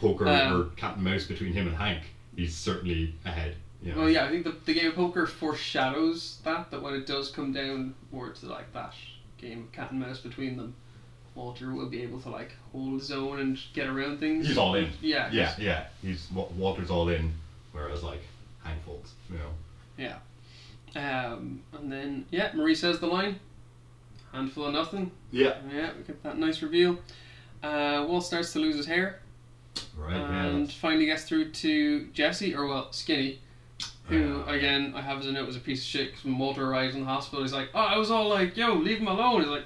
Speaker 2: poker
Speaker 1: Um,
Speaker 2: or cat and mouse between him and Hank, he's certainly ahead. You know?
Speaker 1: well, yeah, I think the, the game of poker foreshadows that, that when it does come down more to like that game of cat and mouse between them, Walter will be able to like hold his own and get around things.
Speaker 2: He's all in.
Speaker 1: Yeah.
Speaker 2: Yeah, yeah. He's Wa- Walter's all in, whereas like Hank folds. You know.
Speaker 1: Um, and then, yeah, Marie says the line. Handful of nothing.
Speaker 2: Yeah.
Speaker 1: Yeah, we get that nice reveal. Uh, Wall starts to lose his hair
Speaker 2: Right. yeah.
Speaker 1: and
Speaker 2: that's-
Speaker 1: finally gets through to Jesse, or well, Skinny, who,
Speaker 2: uh,
Speaker 1: again, I have as a note was a piece of shit 'cause when Walter arrives in the hospital, he's like, oh, I was all like, yo, leave him alone. He's like,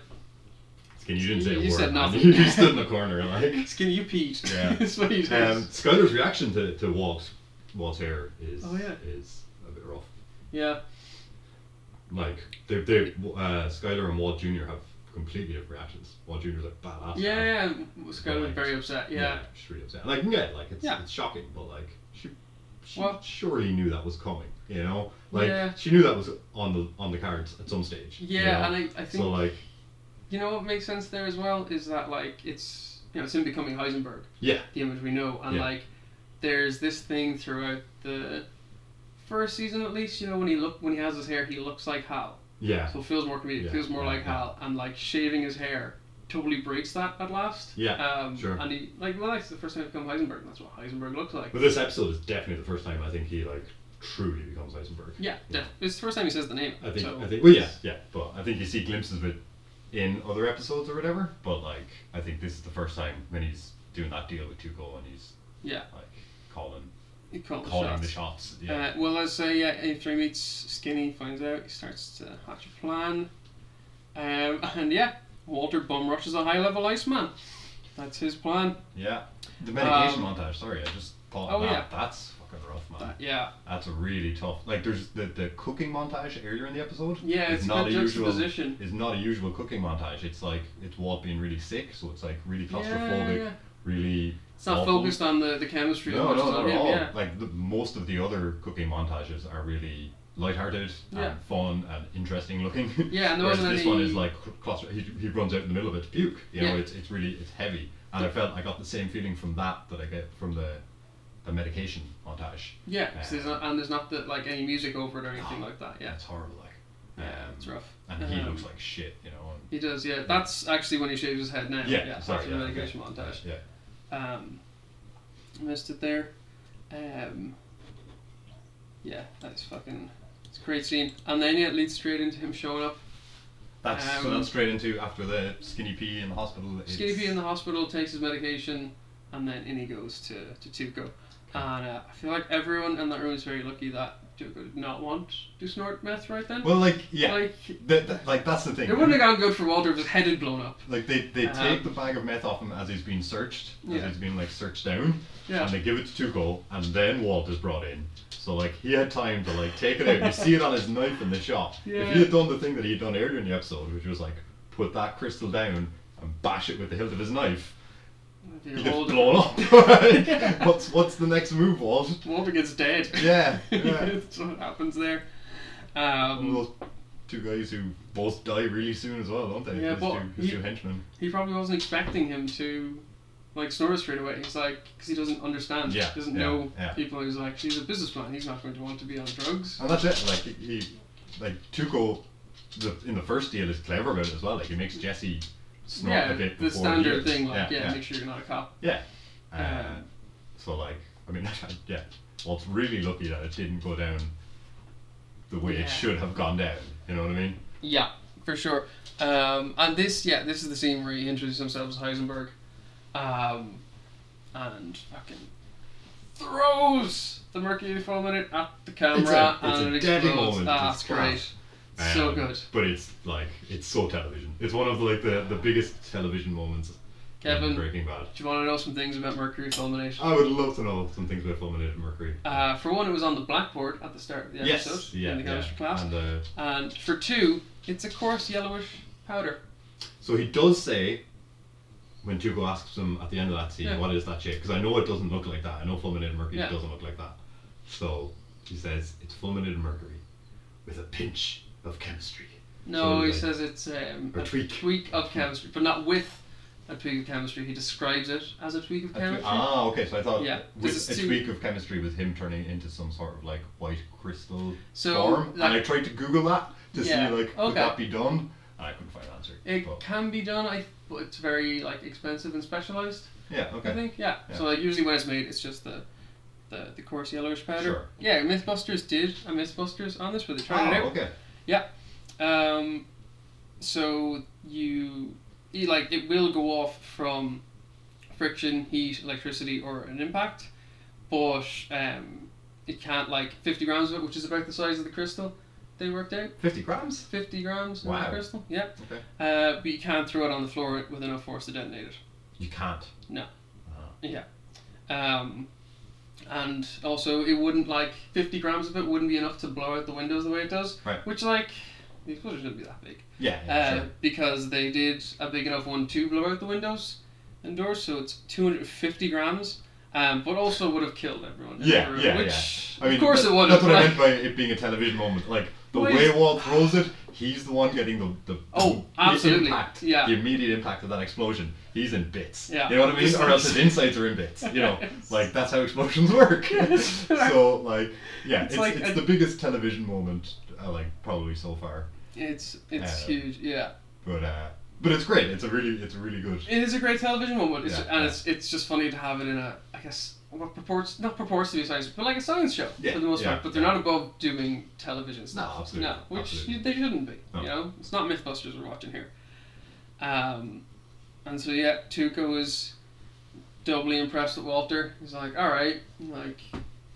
Speaker 2: Skin, you didn't say a
Speaker 1: you
Speaker 2: word.
Speaker 1: said
Speaker 2: man.
Speaker 1: nothing.
Speaker 2: you stood in the corner like.
Speaker 1: Skinny, you peed.
Speaker 2: Yeah.
Speaker 1: That's what he does.
Speaker 2: Um, Skyler's reaction to, to Walt's Walt's hair is
Speaker 1: Oh, yeah.
Speaker 2: is a bit rough.
Speaker 1: yeah.
Speaker 2: Like they, they uh, Skyler and Walt Junior have completely different reactions. Walt Junior's like badass.
Speaker 1: Yeah,
Speaker 2: man.
Speaker 1: yeah. Skylar was very upset. Yeah.
Speaker 2: she's really upset. Like yeah, like it's,
Speaker 1: Yeah.
Speaker 2: it's shocking, but like she, she
Speaker 1: Well-
Speaker 2: surely knew that was coming. You know, like
Speaker 1: Yeah.
Speaker 2: she knew that was on the on the cards at some stage. you
Speaker 1: Yeah,
Speaker 2: know?
Speaker 1: and I, I think
Speaker 2: so like
Speaker 1: You know what makes sense there as well is that like it's you know it's him becoming Heisenberg.
Speaker 2: Yeah.
Speaker 1: The image we know and
Speaker 2: Yeah.
Speaker 1: like there's this thing throughout the first season at least you know when he look when he has his hair he looks like Hal.
Speaker 2: yeah,
Speaker 1: So it feels more comedic.
Speaker 2: Yeah,
Speaker 1: Feels more
Speaker 2: yeah,
Speaker 1: like
Speaker 2: yeah.
Speaker 1: Hal and like shaving his hair totally breaks that at last.
Speaker 2: Yeah,
Speaker 1: Um,
Speaker 2: sure.
Speaker 1: And he like well that's the first time he become Heisenberg and that's what Heisenberg looks like.
Speaker 2: but this episode is definitely the first time I think he like truly becomes Heisenberg.
Speaker 1: Yeah. yeah. It's the first time he says the name.
Speaker 2: I think
Speaker 1: So
Speaker 2: I think well yeah yeah, but I think you see glimpses of it in other episodes or whatever. But like I think this is the first time when he's doing that deal with Tuco and he's
Speaker 1: Yeah.
Speaker 2: like calling
Speaker 1: You call the
Speaker 2: calling
Speaker 1: shots.
Speaker 2: the shots. Yeah.
Speaker 1: Uh, well, as say, yeah, A3 meets Skinny, finds out, he starts to hatch a plan. Um, and yeah, Walter bum rushes a high level Iceman. That's his plan.
Speaker 2: Yeah, the medication
Speaker 1: Um,
Speaker 2: montage. Sorry, I just thought
Speaker 1: Oh,
Speaker 2: of that.
Speaker 1: yeah.
Speaker 2: That's fucking rough, man.
Speaker 1: That- Uh, yeah,
Speaker 2: That's a really tough. Like, there's the, the cooking montage earlier in the episode.
Speaker 1: yeah,
Speaker 2: is
Speaker 1: it's
Speaker 2: not
Speaker 1: not
Speaker 2: a
Speaker 1: a good
Speaker 2: usual.
Speaker 1: juxtaposition.
Speaker 2: Is not a usual cooking montage. It's like it's Walt being really sick, so it's like really
Speaker 1: Yeah,
Speaker 2: claustrophobic,
Speaker 1: yeah.
Speaker 2: really.
Speaker 1: It's not
Speaker 2: awful.
Speaker 1: focused on the, the chemistry as
Speaker 2: No,
Speaker 1: much
Speaker 2: no,
Speaker 1: as
Speaker 2: not
Speaker 1: on
Speaker 2: at
Speaker 1: him,
Speaker 2: all.
Speaker 1: yeah.
Speaker 2: Like the, most of the other cooking montages are really lighthearted
Speaker 1: Yeah.
Speaker 2: and fun and interesting looking.
Speaker 1: Yeah, and there
Speaker 2: Whereas
Speaker 1: wasn't
Speaker 2: this
Speaker 1: any.
Speaker 2: one is like claustro- he, he runs out in the middle of it to puke. You know,
Speaker 1: Yeah.
Speaker 2: it's it's really it's heavy, and I felt I got the same feeling from that that I get from the the medication montage.
Speaker 1: yeah, 'cause there's not, and there's not the, like any music over it or anything like that, yeah.
Speaker 2: it's horrible. Like,
Speaker 1: Yeah,
Speaker 2: um,
Speaker 1: it's rough.
Speaker 2: and he
Speaker 1: Um,
Speaker 2: looks like shit. You know.
Speaker 1: He does, yeah. That's actually when he shaves his head now.
Speaker 2: And, yeah,
Speaker 1: yeah
Speaker 2: sorry,
Speaker 1: after
Speaker 2: yeah,
Speaker 1: the medication
Speaker 2: okay.
Speaker 1: montage.
Speaker 2: Yeah,
Speaker 1: Um, missed it there. Um, yeah, that's fucking. It's a great scene. And then yeah, it leads straight into him showing up.
Speaker 2: that's so
Speaker 1: Um,
Speaker 2: that's straight into after the skinny pea in the hospital. it's-
Speaker 1: Skinny Pete in the hospital takes his medication, and then in he goes to, to Tuco. And uh, I feel like everyone in that room is very lucky that Tuco did not want to snort meth right then.
Speaker 2: Well, like yeah,
Speaker 1: Like,
Speaker 2: Th- th- like that's the thing.
Speaker 1: it wouldn't have gone good for Walter if his head had blown up.
Speaker 2: Like they, they
Speaker 1: Um,
Speaker 2: take the bag of meth off him as he's being searched,
Speaker 1: Yeah.
Speaker 2: as he's being like searched down,
Speaker 1: Yeah.
Speaker 2: and they give it to Tuco, and then Walt is brought in. So like he had time to like take it out. You see it on his knife in the shop. If
Speaker 1: Yeah.
Speaker 2: he had done the thing that he had done earlier in the episode, which was like put that crystal down and bash it with the hilt of his knife,
Speaker 1: If
Speaker 2: he
Speaker 1: you
Speaker 2: gets
Speaker 1: hold-
Speaker 2: blown up. Like, what's what's the next move, Walt?
Speaker 1: Walter gets dead.
Speaker 2: Yeah, yeah.
Speaker 1: That's what happens there.
Speaker 2: One of
Speaker 1: Um,
Speaker 2: those two guys who both die really soon as well, don't they?
Speaker 1: Yeah,
Speaker 2: his,
Speaker 1: but
Speaker 2: two, his
Speaker 1: he-
Speaker 2: two henchmen.
Speaker 1: he probably wasn't expecting him to like snore straight away. He's like, because he doesn't understand,
Speaker 2: Yeah,
Speaker 1: doesn't
Speaker 2: yeah,
Speaker 1: know
Speaker 2: yeah.
Speaker 1: people. He's like, he's a businessman. He's not going to want to be on drugs.
Speaker 2: And Oh, that's it. Like he, he like Tuco, the, in the first deal is clever about it as well. Like he makes Jesse snort
Speaker 1: yeah,
Speaker 2: a bit
Speaker 1: the
Speaker 2: before he
Speaker 1: standard
Speaker 2: is.
Speaker 1: thing. Like, yeah,
Speaker 2: yeah.
Speaker 1: make sure you're not a cop.
Speaker 2: Uh,
Speaker 1: um,
Speaker 2: so like, I mean, yeah, Walt's really lucky that it didn't go down the way
Speaker 3: Yeah.
Speaker 2: it should have gone down. You know what I mean?
Speaker 1: Yeah, for sure. Um, and this, yeah, this is the scene where he introduces himself as Heisenberg, um, and fucking throws the mercury fulminate at the camera,
Speaker 2: it's
Speaker 1: and
Speaker 2: a
Speaker 1: it
Speaker 2: deadly
Speaker 1: explodes.
Speaker 2: moment.
Speaker 1: Ah,
Speaker 2: It's
Speaker 1: great.
Speaker 2: great.
Speaker 1: So
Speaker 2: Um,
Speaker 1: good.
Speaker 2: But it's like it's so television. It's one of the, like the, the biggest television moments
Speaker 1: Kevin,
Speaker 2: in Breaking Bad.
Speaker 1: do you want to know some things about mercury fulminate?
Speaker 2: I would love to know some things about fulminated mercury.
Speaker 1: Uh, for one, it was on the blackboard at the start of the
Speaker 2: yes,
Speaker 1: episode
Speaker 2: yeah,
Speaker 1: in the chemistry
Speaker 2: yeah.
Speaker 1: class,
Speaker 2: And uh,
Speaker 1: and for two, it's a coarse yellowish powder.
Speaker 2: so he does say when Tuco asks him at the end of that scene,
Speaker 1: Yeah.
Speaker 2: "What is that shape?" Because I know it doesn't look like that. I know fulminated mercury
Speaker 1: Yeah.
Speaker 2: doesn't look like that. So he says it's fulminated mercury with a pinch of chemistry
Speaker 1: No,
Speaker 2: So
Speaker 1: he
Speaker 2: like-
Speaker 1: says it's um,
Speaker 2: or tweak.
Speaker 1: tweak of chemistry, but not with a tweak of chemistry. He describes it as a tweak of
Speaker 2: A twe-
Speaker 1: chemistry.
Speaker 2: ah, okay. So I thought
Speaker 1: Yeah,
Speaker 2: with
Speaker 1: this is
Speaker 2: a
Speaker 1: too-
Speaker 2: tweak of chemistry with him turning into some sort of like white crystal
Speaker 1: So,
Speaker 2: form,
Speaker 1: like-
Speaker 2: and I tried to Google that to
Speaker 1: Yeah,
Speaker 2: see like
Speaker 1: okay.
Speaker 2: could that be done, and I couldn't find an answer.
Speaker 1: It
Speaker 2: But,
Speaker 1: can be done, I, but it's very like expensive and specialized.
Speaker 2: yeah,
Speaker 1: I
Speaker 2: okay.
Speaker 1: think, yeah.
Speaker 2: Yeah.
Speaker 1: So like usually when it's made, it's just the the, the coarse yellowish powder.
Speaker 2: Sure.
Speaker 1: Yeah, MythBusters did a MythBusters on this where they tried
Speaker 2: Oh,
Speaker 1: it out.
Speaker 2: okay.
Speaker 1: Um, so you, you like it will go off from friction, heat, electricity, or an impact, but um, it can't like fifty grams of it, which is about the size of the crystal. They worked out
Speaker 2: Fifty grams.
Speaker 1: fifty grams in the
Speaker 2: Wow.
Speaker 1: crystal. Yep.
Speaker 2: Okay.
Speaker 1: Uh, but you can't throw it on the floor with enough force to detonate it.
Speaker 2: You can't.
Speaker 1: Um, and also, it wouldn't like fifty grams of it wouldn't be enough to blow out the windows the way it does.
Speaker 2: Right.
Speaker 1: Which like the explosion shouldn't be that big.
Speaker 2: Yeah. yeah
Speaker 1: Uh,
Speaker 2: sure.
Speaker 1: because they did a big enough one to blow out the windows and doors, so it's 250 grams, um, but also would have killed everyone. In
Speaker 2: Yeah,
Speaker 1: the room,
Speaker 2: yeah,
Speaker 1: which,
Speaker 2: I mean,
Speaker 1: of course
Speaker 2: that-
Speaker 1: it would
Speaker 2: That's
Speaker 1: have.
Speaker 2: what I meant
Speaker 1: like-
Speaker 2: by it being a television moment. Like the
Speaker 1: Well,
Speaker 2: way
Speaker 1: it's-
Speaker 2: Walt throws it, he's the one getting the the
Speaker 1: Oh,
Speaker 2: the
Speaker 1: absolutely.
Speaker 2: impact,
Speaker 1: Yeah.
Speaker 2: the immediate impact of that explosion. He's in bits.
Speaker 1: Yeah.
Speaker 2: you know what I mean. Or else his insides are in bits. You know, like that's how explosions work.
Speaker 1: Yes.
Speaker 2: so like, yeah,
Speaker 1: It's
Speaker 2: it's, it's,
Speaker 1: like a-
Speaker 2: the biggest television moment uh, like probably so far.
Speaker 1: It's it's
Speaker 2: Uh,
Speaker 1: huge, yeah.
Speaker 2: But uh, but it's great. It's a really it's a really good.
Speaker 1: It is a great television moment, it's
Speaker 2: Yeah,
Speaker 1: and
Speaker 2: yeah.
Speaker 1: it's it's just funny to have it in a, I guess, what purports not purports to be a science, but like a science show
Speaker 2: Yeah,
Speaker 1: for the most
Speaker 2: yeah,
Speaker 1: part. But they're
Speaker 2: yeah.
Speaker 1: not above doing television
Speaker 2: No,
Speaker 1: stuff.
Speaker 2: absolutely.
Speaker 1: No, which
Speaker 2: absolutely.
Speaker 1: you, they shouldn't be.
Speaker 2: No.
Speaker 1: You know, it's not MythBusters we're watching here. Um, and so yeah, Tuco is doubly impressed with Walter. He's like, "All right, like,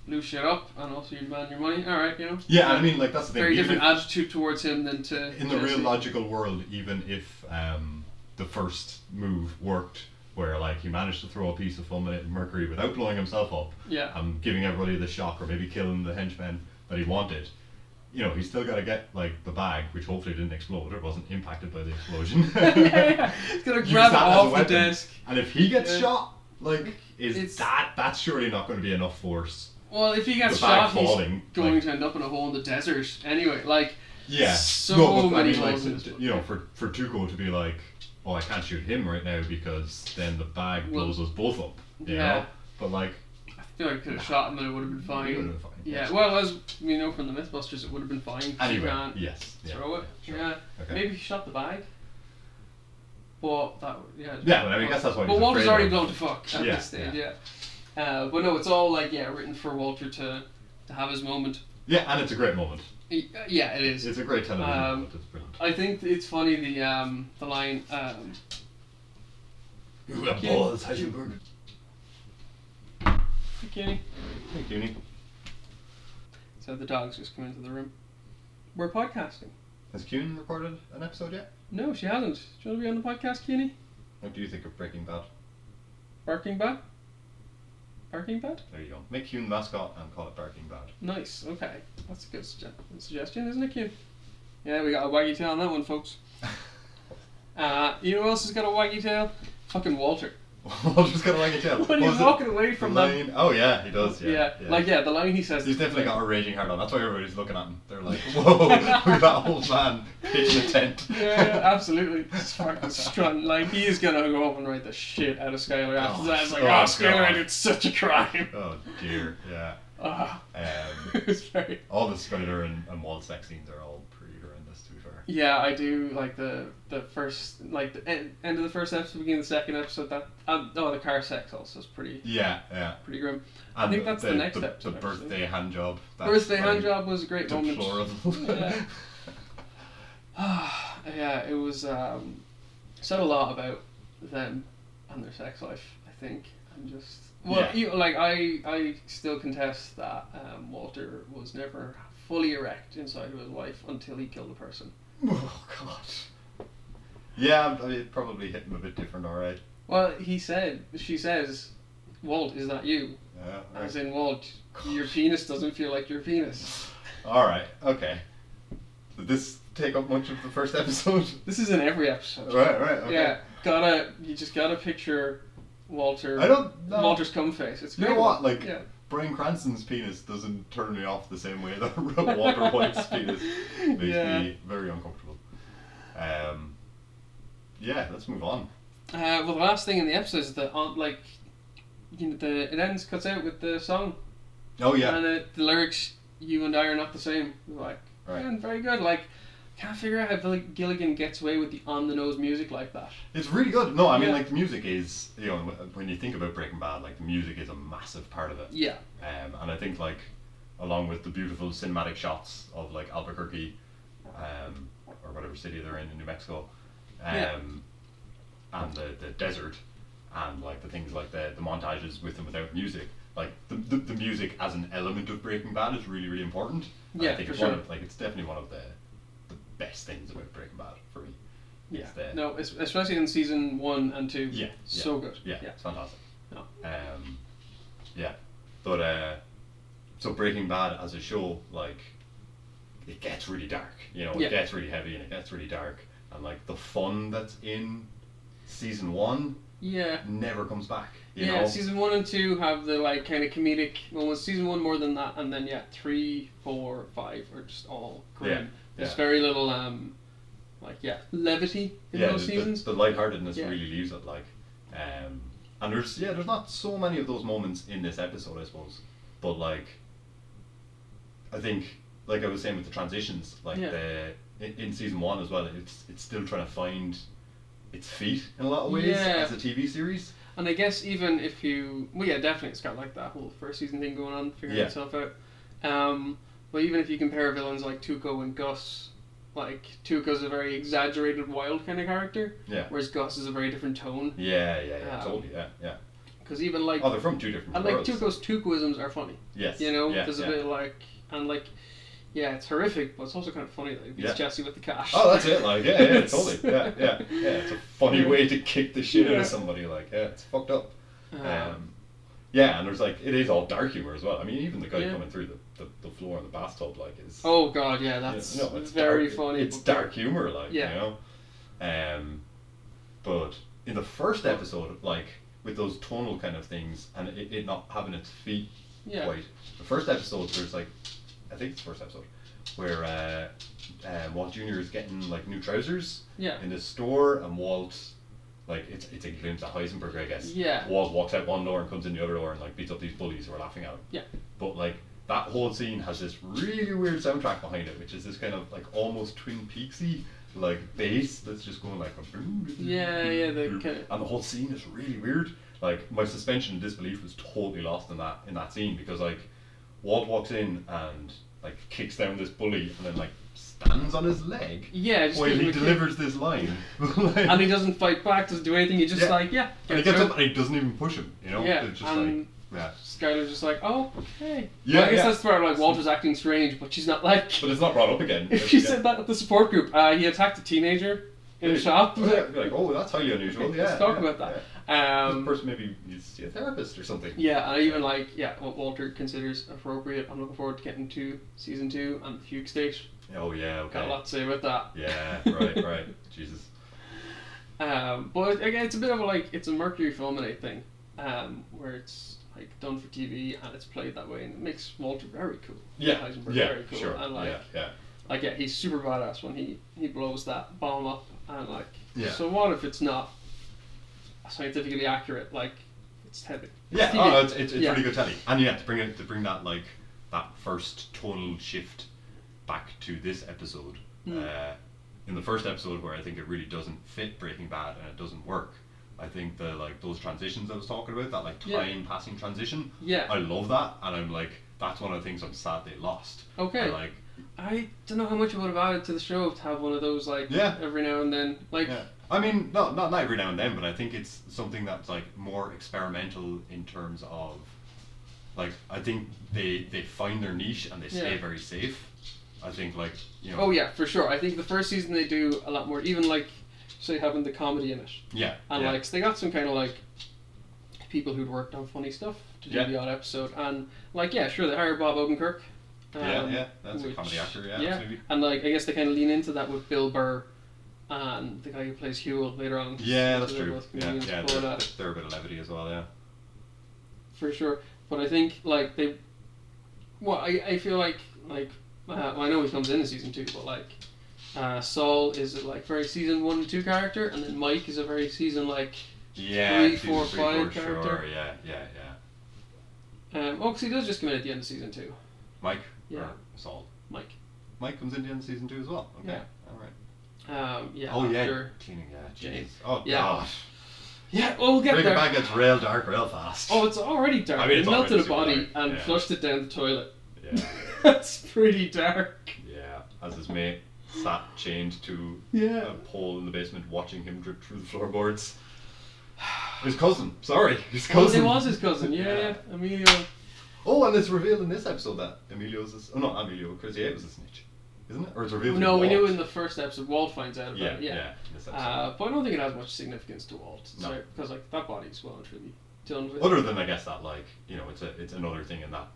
Speaker 1: loose shit up, and also you man your money. All right, you know."
Speaker 2: yeah, and I mean like that's the thing.
Speaker 1: very
Speaker 2: Even
Speaker 1: different
Speaker 2: if-
Speaker 1: attitude towards him than to
Speaker 2: in the real
Speaker 1: Jesse.
Speaker 2: logical world, even if um, the first move worked, where like he managed to throw a piece of fulminated mercury without blowing himself up,
Speaker 1: Yeah,
Speaker 2: um, giving everybody the shock, or maybe killing the henchman that he wanted, you know, he's still got to get like the bag, which hopefully didn't explode or wasn't impacted by the explosion.
Speaker 1: yeah, yeah. He's gonna
Speaker 2: Use
Speaker 1: grab it
Speaker 2: that as a
Speaker 1: off the
Speaker 2: weapon.
Speaker 1: desk.
Speaker 2: And if he gets
Speaker 1: Yeah.
Speaker 2: shot, like, is
Speaker 1: It's-
Speaker 2: that that's surely not going to be enough force?
Speaker 1: Well, if he gets
Speaker 2: the bag
Speaker 1: shot, he's
Speaker 2: falling,
Speaker 1: going
Speaker 2: like-
Speaker 1: to end up in a hole in the desert anyway. Like,
Speaker 2: Yeah.
Speaker 1: So
Speaker 2: no, but I
Speaker 1: many
Speaker 2: mean, like,
Speaker 1: holes in this
Speaker 2: to-
Speaker 1: book.
Speaker 2: you know, for for Tuco to be like, oh, I can't shoot him right now because then the bag
Speaker 1: Well-
Speaker 2: blows us both up. You
Speaker 1: Yeah.
Speaker 2: Know? But like,
Speaker 1: I feel like I could have shot him and it would have been
Speaker 2: you
Speaker 1: fine.
Speaker 2: would've been fine.
Speaker 1: Yeah, well, as we know from the Mythbusters, it would have been fine. 'cause you
Speaker 2: Anyway,
Speaker 1: can't
Speaker 2: yes. Yeah.
Speaker 1: throw it.
Speaker 2: sure.
Speaker 1: Yeah,
Speaker 2: Okay.
Speaker 1: maybe he shot the bag. But that, would- yeah.
Speaker 2: Yeah, but I mean, I guess that's what
Speaker 1: But
Speaker 2: he's
Speaker 1: Walter's
Speaker 2: afraid
Speaker 1: already
Speaker 2: of.
Speaker 1: blown to fuck at
Speaker 2: Yeah,
Speaker 1: this stage. Yeah. Uh, but no, it's all like yeah, written for Walter to to have his moment.
Speaker 2: Yeah, and it's a great moment.
Speaker 1: He- uh, Yeah, it is.
Speaker 2: It's a great television
Speaker 1: Um,
Speaker 2: moment. It's brilliant.
Speaker 1: I think it's funny the um the line um
Speaker 2: Ooh, that
Speaker 1: you.
Speaker 2: ball is Heisenberg.
Speaker 1: hey, Kenny.
Speaker 2: Thank you, Nick.
Speaker 1: So the dogs just come into the room. We're podcasting.
Speaker 2: Has Kuhn recorded an episode yet?
Speaker 1: No, she hasn't. Do you want to be on the podcast, Kenny?
Speaker 2: What do you think of Breaking Bad?
Speaker 1: Barking bat. Barking bat.
Speaker 2: There you go. Make Kuhn mascot and call it Breaking Bad.
Speaker 1: Nice. Okay, that's a good sugge- suggestion, isn't it, Q? Yeah, we got a waggy tail on that one, folks. Uh, you know who else has got a waggy tail? Fucking Walter.
Speaker 2: I'm just gonna like it down.
Speaker 1: when he's walking away from that.
Speaker 2: Lane. Oh yeah, he does.
Speaker 1: Yeah, like yeah, the line he says.
Speaker 2: He's definitely got a raging heart on. That's why everybody's looking at him. They're like, "Whoa, look at that old man pitching a tent."
Speaker 1: Yeah, yeah, absolutely. It's fucking strong. Like he is gonna go up and write the shit out of Skylar after
Speaker 2: Oh,
Speaker 1: that. It's like,
Speaker 2: oh,
Speaker 1: oh, Skylar, I
Speaker 2: God.
Speaker 1: did such a crime.
Speaker 2: Oh dear. Yeah.
Speaker 1: Ah,
Speaker 2: Um,
Speaker 1: it was very.
Speaker 2: all the Skyler and, and Walt sex scenes are all pretty horrendous, to be fair.
Speaker 1: Yeah, I do like the the first like the end, end of the first episode, beginning of the second episode. That and, oh, the car sex also is pretty
Speaker 2: Yeah, yeah.
Speaker 1: pretty grim.
Speaker 2: And
Speaker 1: think that's the next
Speaker 2: the,
Speaker 1: episode,
Speaker 2: The
Speaker 1: actually.
Speaker 2: birthday hand job. That's
Speaker 1: Birthday
Speaker 2: like
Speaker 1: hand handjob was a great moment.
Speaker 2: Deplorable.
Speaker 1: Yeah. yeah, it was um, said a lot about them and their sex life. I think and just well,
Speaker 2: Yeah.
Speaker 1: you, like I I still contest that um, Walter was never fully erect inside of his wife until he killed a person.
Speaker 2: oh god. Yeah, I mean, it probably hit him a bit different, alright.
Speaker 1: Well, he said she says, Walt, is that you?
Speaker 2: Yeah,
Speaker 1: As in Walt, your penis doesn't feel like your penis.
Speaker 2: Alright, okay. Did this take up much of the first episode?
Speaker 1: This is in every episode.
Speaker 2: right, right, okay.
Speaker 1: Yeah, gotta you just gotta picture Walter.
Speaker 2: I don't know.
Speaker 1: Walter's cum face. It's a
Speaker 2: You know
Speaker 1: great
Speaker 2: what,
Speaker 1: one.
Speaker 2: like-
Speaker 1: yeah.
Speaker 2: Brian Cranston's penis doesn't turn me off the same way that Walter White's penis makes
Speaker 1: Yeah.
Speaker 2: me very uncomfortable. Um, yeah, let's move on.
Speaker 1: Uh, well, the last thing in the episode is the on like, you know, the it ends cuts out with the song
Speaker 2: Oh yeah,
Speaker 1: and uh, the, the lyrics "You and I are not the same." Like,
Speaker 2: Right.
Speaker 1: "Man, very good. Like, can't figure out how Billy Gilligan gets away with the on the nose music like that.
Speaker 2: it's really good. No, I mean
Speaker 1: Yeah.
Speaker 2: like the music is you know wh- when you think about Breaking Bad, like the music is a massive part of it.
Speaker 1: Yeah,
Speaker 2: Um, and I think like along with the beautiful cinematic shots of like Albuquerque, um, or whatever city they're in in New Mexico, um,
Speaker 1: Yeah.
Speaker 2: and the, the desert, and like the things like the the montages with and without music, like the, the, the music as an element of Breaking Bad is really really important. And
Speaker 1: Yeah,
Speaker 2: I think
Speaker 1: for
Speaker 2: it's
Speaker 1: sure.
Speaker 2: one of, like it's definitely one of the the best things about Breaking Bad for me. is
Speaker 1: yeah.
Speaker 2: the-
Speaker 1: No, es- especially in season one and two.
Speaker 2: Yeah, yeah.
Speaker 1: so good.
Speaker 2: Yeah, it's fantastic.
Speaker 1: No.
Speaker 2: Um, yeah, but uh, so Breaking Bad as a show, like, it gets really dark. You know,
Speaker 1: Yeah.
Speaker 2: it gets really heavy and it gets really dark, and like the fun that's in season one
Speaker 1: yeah.
Speaker 2: never comes back. You
Speaker 1: Yeah,
Speaker 2: know,
Speaker 1: season one and two have the like kind of comedic moments. Season one more than that, and then yeah, three, four, five are just all grim.
Speaker 2: Yeah,
Speaker 1: There's
Speaker 2: yeah.
Speaker 1: very little um, like yeah, levity in
Speaker 2: yeah,
Speaker 1: those
Speaker 2: the,
Speaker 1: seasons.
Speaker 2: The, the lightheartedness
Speaker 1: Yeah.
Speaker 2: really leaves it like, um, and there's yeah, there's not so many of those moments in this episode, I suppose, but like, I think like I was saying with the transitions, like
Speaker 1: Yeah.
Speaker 2: the in, in season one as well, it's it's still trying to find its feet in a lot of ways
Speaker 1: Yeah.
Speaker 2: as a TV series.
Speaker 1: And I guess even if you, well, yeah, definitely it's got like that whole first season thing going on, figuring
Speaker 2: Yeah.
Speaker 1: itself out. Um, but even if you compare villains like Tuco and Gus, like Tuco's a very exaggerated, wild kind of character,
Speaker 2: Yeah.
Speaker 1: whereas Gus is a very different tone.
Speaker 2: Yeah, yeah, yeah,
Speaker 1: Um,
Speaker 2: totally, yeah, yeah.
Speaker 1: Because even like,
Speaker 2: Oh, they're from two different
Speaker 1: and like
Speaker 2: worlds.
Speaker 1: Tuco's Tucoisms are funny.
Speaker 2: yes,
Speaker 1: You know,
Speaker 2: yeah,
Speaker 1: there's
Speaker 2: yeah.
Speaker 1: a bit like and like, yeah, it's horrific, but it's also kind of funny that he beats
Speaker 2: Yeah.
Speaker 1: Jesse with the cash.
Speaker 2: Oh, that's it. Like, yeah, yeah, totally. Yeah, yeah, yeah. It's a funny way to kick the shit out
Speaker 1: Yeah.
Speaker 2: of somebody. Like, yeah, it's fucked up.
Speaker 1: Um,
Speaker 2: Um, yeah, and there's like it is all dark humor as well. I mean, even the guy
Speaker 1: Yeah.
Speaker 2: coming through the, the, the floor in the bathtub like is.
Speaker 1: oh God, yeah,
Speaker 2: you
Speaker 1: that's
Speaker 2: know, it's
Speaker 1: very
Speaker 2: dark,
Speaker 1: funny.
Speaker 2: It's
Speaker 1: but-
Speaker 2: dark humor, like
Speaker 1: Yeah.
Speaker 2: you know. Um, but in the first episode, like with those tonal kind of things and it, it not having its feet
Speaker 1: Yeah.
Speaker 2: quite. The first episode, there's like, I think it's the first episode, where uh, uh, Walt Junior is getting like new trousers
Speaker 1: Yeah.
Speaker 2: in the store, and Walt, like it's it's a glimpse of Heisenberg, I guess.
Speaker 1: Yeah.
Speaker 2: Walt walks out one door and comes in the other door and like beats up these bullies who are laughing at him.
Speaker 1: Yeah.
Speaker 2: But like that whole scene has this really weird soundtrack behind it, which is this kind of like almost Twin Peaksy like bass that's just going like.
Speaker 1: Yeah, yeah, the kinda-
Speaker 2: And the whole scene is really weird. Like my suspension of disbelief was totally lost in that in that scene because like Walt walks in and like kicks down this bully and then like stands on his leg
Speaker 1: Yeah, just
Speaker 2: while
Speaker 1: gives him
Speaker 2: he
Speaker 1: a kick.
Speaker 2: delivers this line. Like-
Speaker 1: And he doesn't fight back, doesn't do anything. He's just
Speaker 2: Yeah.
Speaker 1: like, yeah.
Speaker 2: and he
Speaker 1: get
Speaker 2: gets
Speaker 1: through.
Speaker 2: up and he doesn't even push him, you know?
Speaker 1: Yeah,
Speaker 2: It's just
Speaker 1: and-
Speaker 2: like yeah.
Speaker 1: Skyler's just like, oh, okay.
Speaker 2: Yeah,
Speaker 1: Well, I guess
Speaker 2: yeah.
Speaker 1: that's where like Walter's acting strange, but she's not like.
Speaker 2: But it's not brought up again.
Speaker 1: If she
Speaker 2: Yeah.
Speaker 1: said that at the support group, uh, he attacked a teenager in a
Speaker 2: Yeah.
Speaker 1: shop.
Speaker 2: Yeah, you're like, oh, that's highly unusual. Yeah,
Speaker 1: Let's talk
Speaker 2: yeah,
Speaker 1: about that.
Speaker 2: yeah. this
Speaker 1: Um,
Speaker 2: person maybe needs to see a therapist or something.
Speaker 1: Yeah, and even like yeah, what Walter considers appropriate. I'm looking forward to getting to season two and the Fugue stage.
Speaker 2: Oh yeah, okay.
Speaker 1: Got a lot to say about that.
Speaker 2: Yeah, right, right. Jesus.
Speaker 1: Um, but again, it's a bit of a, like it's a Mercury Fulminate thing, um, where it's like done for TV and it's played that way, and it makes Walter very cool.
Speaker 2: Yeah,
Speaker 1: Heisenberg
Speaker 2: yeah,
Speaker 1: very cool.
Speaker 2: sure.
Speaker 1: And like,
Speaker 2: yeah, yeah.
Speaker 1: like yeah, he's super badass when he he blows that bomb up and like.
Speaker 2: Yeah.
Speaker 1: So what if it's not scientifically accurate? Like, it's heavy.
Speaker 2: Yeah,
Speaker 1: TV.
Speaker 2: oh, it's, it's, it's
Speaker 1: Yeah.
Speaker 2: pretty good telly. And yeah, to bring it to bring that like that first tonal shift back to this episode,
Speaker 1: Mm.
Speaker 2: uh, in the first episode where I think it really doesn't fit Breaking Bad and it doesn't work. I think the like those transitions I was talking about, that like
Speaker 1: Yeah.
Speaker 2: time passing transition.
Speaker 1: Yeah.
Speaker 2: I love that, and I'm like, that's one of the things I'm sad they lost.
Speaker 1: Okay.
Speaker 2: I, like
Speaker 1: I don't know how much it would have added to the show to have one of those like
Speaker 2: Yeah.
Speaker 1: every now and then. Like
Speaker 2: Yeah. I mean, no, not, not every now and then, but I think it's something that's like more experimental in terms of, like, I think they they find their niche and they stay
Speaker 1: Yeah.
Speaker 2: very safe. I think like you know.
Speaker 1: oh yeah, for sure. I think the first season they do a lot more, even like say having the comedy in it.
Speaker 2: yeah.
Speaker 1: And
Speaker 2: yeah.
Speaker 1: like they got some kind of like people who'd worked on funny stuff to do
Speaker 2: Yeah.
Speaker 1: the odd episode. And like yeah, sure they hired Bob Odenkirk.
Speaker 2: yeah,
Speaker 1: um,
Speaker 2: yeah, that's a
Speaker 1: which-
Speaker 2: comedy actor. Yeah,
Speaker 1: yeah.
Speaker 2: absolutely.
Speaker 1: And like I guess they kind of lean into that with Bill Burr and the guy who plays Huel later on.
Speaker 2: Yeah, that's
Speaker 1: So they're
Speaker 2: true.
Speaker 1: both
Speaker 2: Yeah,
Speaker 1: comedians,
Speaker 2: yeah,
Speaker 1: but,
Speaker 2: they're,
Speaker 1: uh,
Speaker 2: they're a bit of levity as well. Yeah,
Speaker 1: for sure. But I think like they, well, I, I feel like like uh, well, I know he comes in in season two, but like uh, Saul is a, like very season one and two character, and then Mike is a very season like
Speaker 2: yeah,
Speaker 1: Three,
Speaker 2: season
Speaker 1: four, five
Speaker 2: for Sure.
Speaker 1: character.
Speaker 2: Yeah, yeah, yeah.
Speaker 1: um, oh, 'cause he does just come in at the end of season two,
Speaker 2: Mike.
Speaker 1: Yeah.
Speaker 2: Or Saul.
Speaker 1: Mike.
Speaker 2: Mike comes in the end of season two as well. Okay.
Speaker 1: Yeah.
Speaker 2: All right.
Speaker 1: Um, yeah.
Speaker 2: oh yeah.
Speaker 1: after-
Speaker 2: Cleaning. Yeah. Jeez.
Speaker 1: James.
Speaker 2: Oh
Speaker 1: Yeah.
Speaker 2: gosh.
Speaker 1: yeah. Well, we'll get
Speaker 2: Breaking
Speaker 1: there.
Speaker 2: Bad gets real dark real fast.
Speaker 1: Oh, it's already dark.
Speaker 2: I mean, it's
Speaker 1: he melted a
Speaker 2: already super
Speaker 1: body
Speaker 2: dark,
Speaker 1: and
Speaker 2: yeah.
Speaker 1: flushed it down the toilet.
Speaker 2: Yeah,
Speaker 1: That's pretty dark.
Speaker 2: yeah. As his mate sat chained to
Speaker 1: Yeah.
Speaker 2: a pole in the basement, watching him drip through the floorboards. His cousin. Sorry, his
Speaker 1: Well, it
Speaker 2: cousin.
Speaker 1: Oh, was his cousin. Yeah, yeah.
Speaker 2: Yeah.
Speaker 1: Emilio.
Speaker 2: Oh, and it's revealed in this episode that Emilio's. A, s- oh, not Emilio. Crozier was a snitch, isn't it? Or it's revealed.
Speaker 1: No, we knew
Speaker 2: Walt.
Speaker 1: in the first episode. Walt finds out about
Speaker 2: Yeah,
Speaker 1: it.
Speaker 2: yeah. in this episode.
Speaker 1: Uh, but I don't think it has much significance to Walt,
Speaker 2: No.
Speaker 1: sorry, because like that body's well and truly done with.
Speaker 2: Other than I guess that, like you know, it's a it's another thing in that.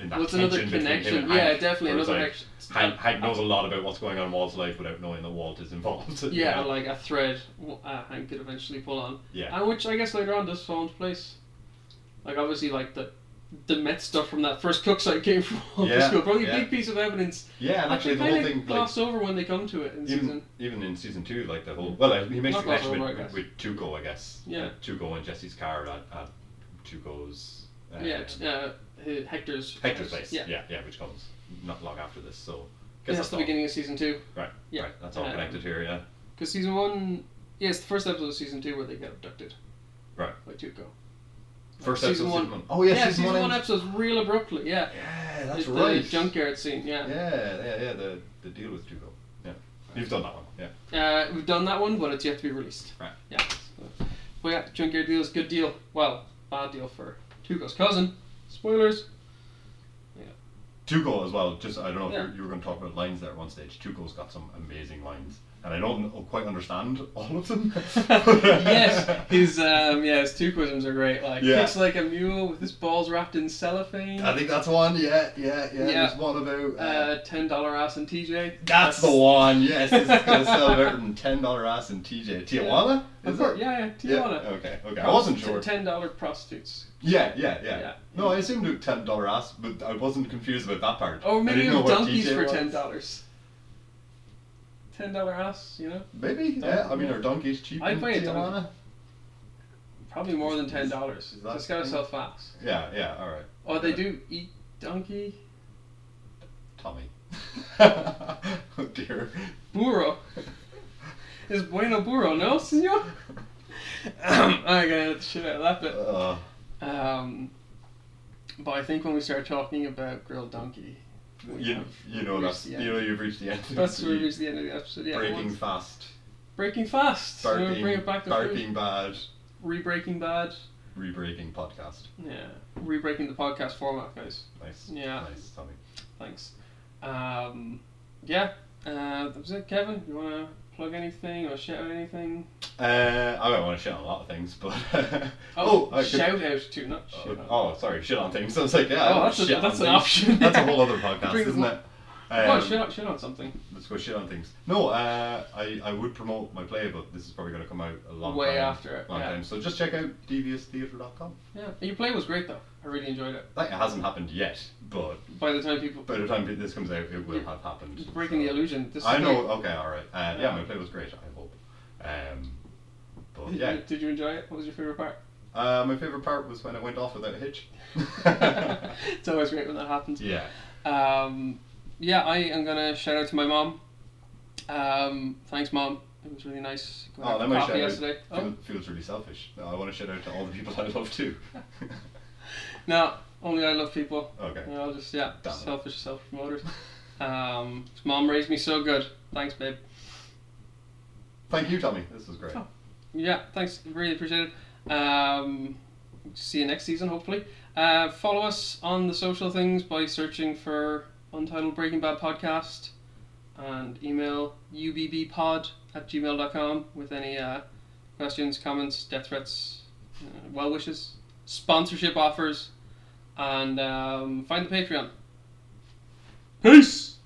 Speaker 2: In that
Speaker 1: well, it's another
Speaker 2: tension between him
Speaker 1: connection.
Speaker 2: and
Speaker 1: Yeah,
Speaker 2: Hank,
Speaker 1: definitely
Speaker 2: where it's
Speaker 1: another
Speaker 2: like,
Speaker 1: connection. Uh,
Speaker 2: Hank, Hank knows a lot about what's going on in Walt's life without knowing that Walt is involved. you
Speaker 1: Yeah,
Speaker 2: know?
Speaker 1: like a thread w- uh, Hank could eventually pull on,
Speaker 2: yeah.
Speaker 1: and which I guess later on does fall into place. Like obviously, like the the Met stuff from that first cook site came from Walt
Speaker 2: Yeah,
Speaker 1: Disco. Probably a
Speaker 2: yeah.
Speaker 1: big piece of evidence.
Speaker 2: Yeah, and
Speaker 1: that
Speaker 2: actually
Speaker 1: they
Speaker 2: the whole
Speaker 1: kind of
Speaker 2: thing, like,
Speaker 1: gloss over when they come to it in
Speaker 2: even,
Speaker 1: season.
Speaker 2: even in season two, like the whole, well, uh, he makes a
Speaker 1: Not gloss
Speaker 2: connection
Speaker 1: over, I
Speaker 2: with,
Speaker 1: guess.
Speaker 2: with, with Tuco, I guess.
Speaker 1: Yeah.
Speaker 2: Uh, Tuco and Jesse's car at, at Tuco's. Uh,
Speaker 1: yeah, t- uh, H- Hector's.
Speaker 2: Hector's place.
Speaker 1: Yeah,
Speaker 2: yeah, yeah, which comes not long after this, so.
Speaker 1: yeah
Speaker 2: Guess
Speaker 1: that's the
Speaker 2: all.
Speaker 1: beginning of season two.
Speaker 2: Right,
Speaker 1: yeah.
Speaker 2: right, that's all
Speaker 1: Um,
Speaker 2: connected here, yeah.
Speaker 1: Because season one, yeah, it's the first episode of season two where they get abducted.
Speaker 2: Right.
Speaker 1: By Tuco.
Speaker 2: First
Speaker 1: season
Speaker 2: episode,
Speaker 1: one-
Speaker 2: season one. Oh yeah, season, one. ends-
Speaker 1: episode's real abruptly, yeah.
Speaker 2: Yeah, that's
Speaker 1: the,
Speaker 2: right.
Speaker 1: The junkyard scene,
Speaker 2: Yeah,
Speaker 1: yeah.
Speaker 2: yeah, yeah. The the deal with Tuco. Yeah, you've done that one. Yeah.
Speaker 1: Uh, we've done that one, but it's yet to be released.
Speaker 2: Right.
Speaker 1: Yeah. So- But yeah, junkyard deal is a good deal. Well, bad deal for Tuco's cousin. Spoilers.
Speaker 2: Tuco as well. Just I don't know if
Speaker 1: Yeah.
Speaker 2: you you were going to talk about lines there at one stage. Tuco's got some amazing lines, and I don't kn- quite understand all of them.
Speaker 1: yes, his um, yeah, his Tucoisms are great. Like
Speaker 2: Yeah.
Speaker 1: kicks like a mule with his balls wrapped in cellophane.
Speaker 2: I think that's one. Yeah, yeah, yeah.
Speaker 1: Yeah.
Speaker 2: There's one about. Uh,
Speaker 1: uh, ten dollar ass and TJ.
Speaker 2: that's the one. Yes, this is going to sell better than ten dollar ass in TJ Tijuana.
Speaker 1: Of
Speaker 2: Is
Speaker 1: course,
Speaker 2: it?
Speaker 1: Yeah, yeah, Tijuana.
Speaker 2: Okay. Okay. I wasn't sure.
Speaker 1: Ten dollar prostitutes.
Speaker 2: Yeah, yeah, yeah.
Speaker 1: Yeah.
Speaker 2: No, I assumed it was ten dollar ass, but I wasn't confused about that part.
Speaker 1: Or
Speaker 2: I
Speaker 1: Oh, maybe
Speaker 2: didn't
Speaker 1: it
Speaker 2: know
Speaker 1: was
Speaker 2: what
Speaker 1: donkeys
Speaker 2: TJ
Speaker 1: for
Speaker 2: was.
Speaker 1: ten dollars. Ten dollar ass, you know,
Speaker 2: Maybe, yeah. I mean, are donkeys cheap
Speaker 1: I'd
Speaker 2: in
Speaker 1: buy a
Speaker 2: Tijuana?
Speaker 1: donkey. probably more than ten dollars.
Speaker 2: Is that
Speaker 1: Just gotta
Speaker 2: thing?
Speaker 1: sell fast.
Speaker 2: Yeah, yeah. All right,
Speaker 1: Or Oh, they do eat donkey
Speaker 2: Tommy. oh dear.
Speaker 1: burro. Is bueno burro, no, senor? I gotta edit the shit out of that
Speaker 2: Uh,
Speaker 1: bit. Um, but I think when we start talking about grilled donkey, we
Speaker 2: you,
Speaker 1: have
Speaker 2: you know that's
Speaker 1: reached the end.
Speaker 2: you know you've reached the end. of
Speaker 1: that's
Speaker 2: the
Speaker 1: where we reach the end of the episode. Yeah,
Speaker 2: breaking
Speaker 1: once-
Speaker 2: fast,
Speaker 1: breaking fast. So
Speaker 2: barking,
Speaker 1: bring it back to food.
Speaker 2: barking bad,
Speaker 1: re-breaking bad.
Speaker 2: re-breaking podcast.
Speaker 1: Yeah, re-breaking the podcast format, guys.
Speaker 2: Nice,
Speaker 1: Yeah.
Speaker 2: nice, Tommy.
Speaker 1: Thanks. Um, yeah, uh, that was it. Kevin, you want to plug anything or shout out anything?
Speaker 2: Uh, I don't want to shit on a lot of things, but Oh, I could-
Speaker 1: Oh, shout out to not shout out.
Speaker 2: Oh, sorry, shit on things. I was like, yeah, I
Speaker 1: Oh,
Speaker 2: don't
Speaker 1: that's a-
Speaker 2: shit on
Speaker 1: that's an
Speaker 2: things.
Speaker 1: option.
Speaker 2: that's a whole other
Speaker 1: Brings
Speaker 2: podcast, isn't
Speaker 1: more-
Speaker 2: it?
Speaker 1: oh,
Speaker 2: Um,
Speaker 1: shout out, shout out something.
Speaker 2: Let's go shit on things. No, uh, I, I would promote my play, but this is probably going to come out a long
Speaker 1: Way
Speaker 2: time,
Speaker 1: after it,
Speaker 2: Long
Speaker 1: yeah.
Speaker 2: time. So just check out devioustheatre.com.
Speaker 1: Yeah, your play was great though. I really enjoyed it.
Speaker 2: Like, it hasn't happened yet, but
Speaker 1: By the time people
Speaker 2: by the time this comes out, it will
Speaker 1: Yeah.
Speaker 2: have happened.
Speaker 1: breaking
Speaker 2: so.
Speaker 1: the illusion, this is
Speaker 2: I know,
Speaker 1: great.
Speaker 2: okay, alright. Uh, yeah,
Speaker 1: Yeah.
Speaker 2: my play was great, I hope. Um,
Speaker 3: oh,
Speaker 2: but
Speaker 1: Did,
Speaker 2: yeah,
Speaker 1: you, did you enjoy it? What was your favorite part?
Speaker 2: uh, my favourite part was when it went off without a hitch.
Speaker 1: it's always great when that happens.
Speaker 2: yeah.
Speaker 1: Um, yeah, I am gonna shout out to my mom. Um, thanks, mom. It was really nice going out
Speaker 3: Oh,
Speaker 1: for
Speaker 3: that might
Speaker 1: coffee
Speaker 3: shout
Speaker 1: yesterday.
Speaker 3: out.
Speaker 1: Oh,
Speaker 3: Feel- Feels really selfish. No, I want to shout out to all the people I love too.
Speaker 1: no, only I love people.
Speaker 3: okay.
Speaker 1: You know, just yeah,
Speaker 3: Damn it.
Speaker 1: selfish self promoters. Um, his mom raised me so good. Thanks, babe.
Speaker 3: Thank you, Tommy. This was great.
Speaker 1: Oh. Yeah, thanks. Really appreciate it. Um, see you next season, hopefully. Uh, follow us on the social things by searching for Untitled Breaking Bad Podcast and email ubbpod at gmail.com with any uh, questions, comments, death threats, uh, well wishes, sponsorship offers, and um, find the Patreon. Peace!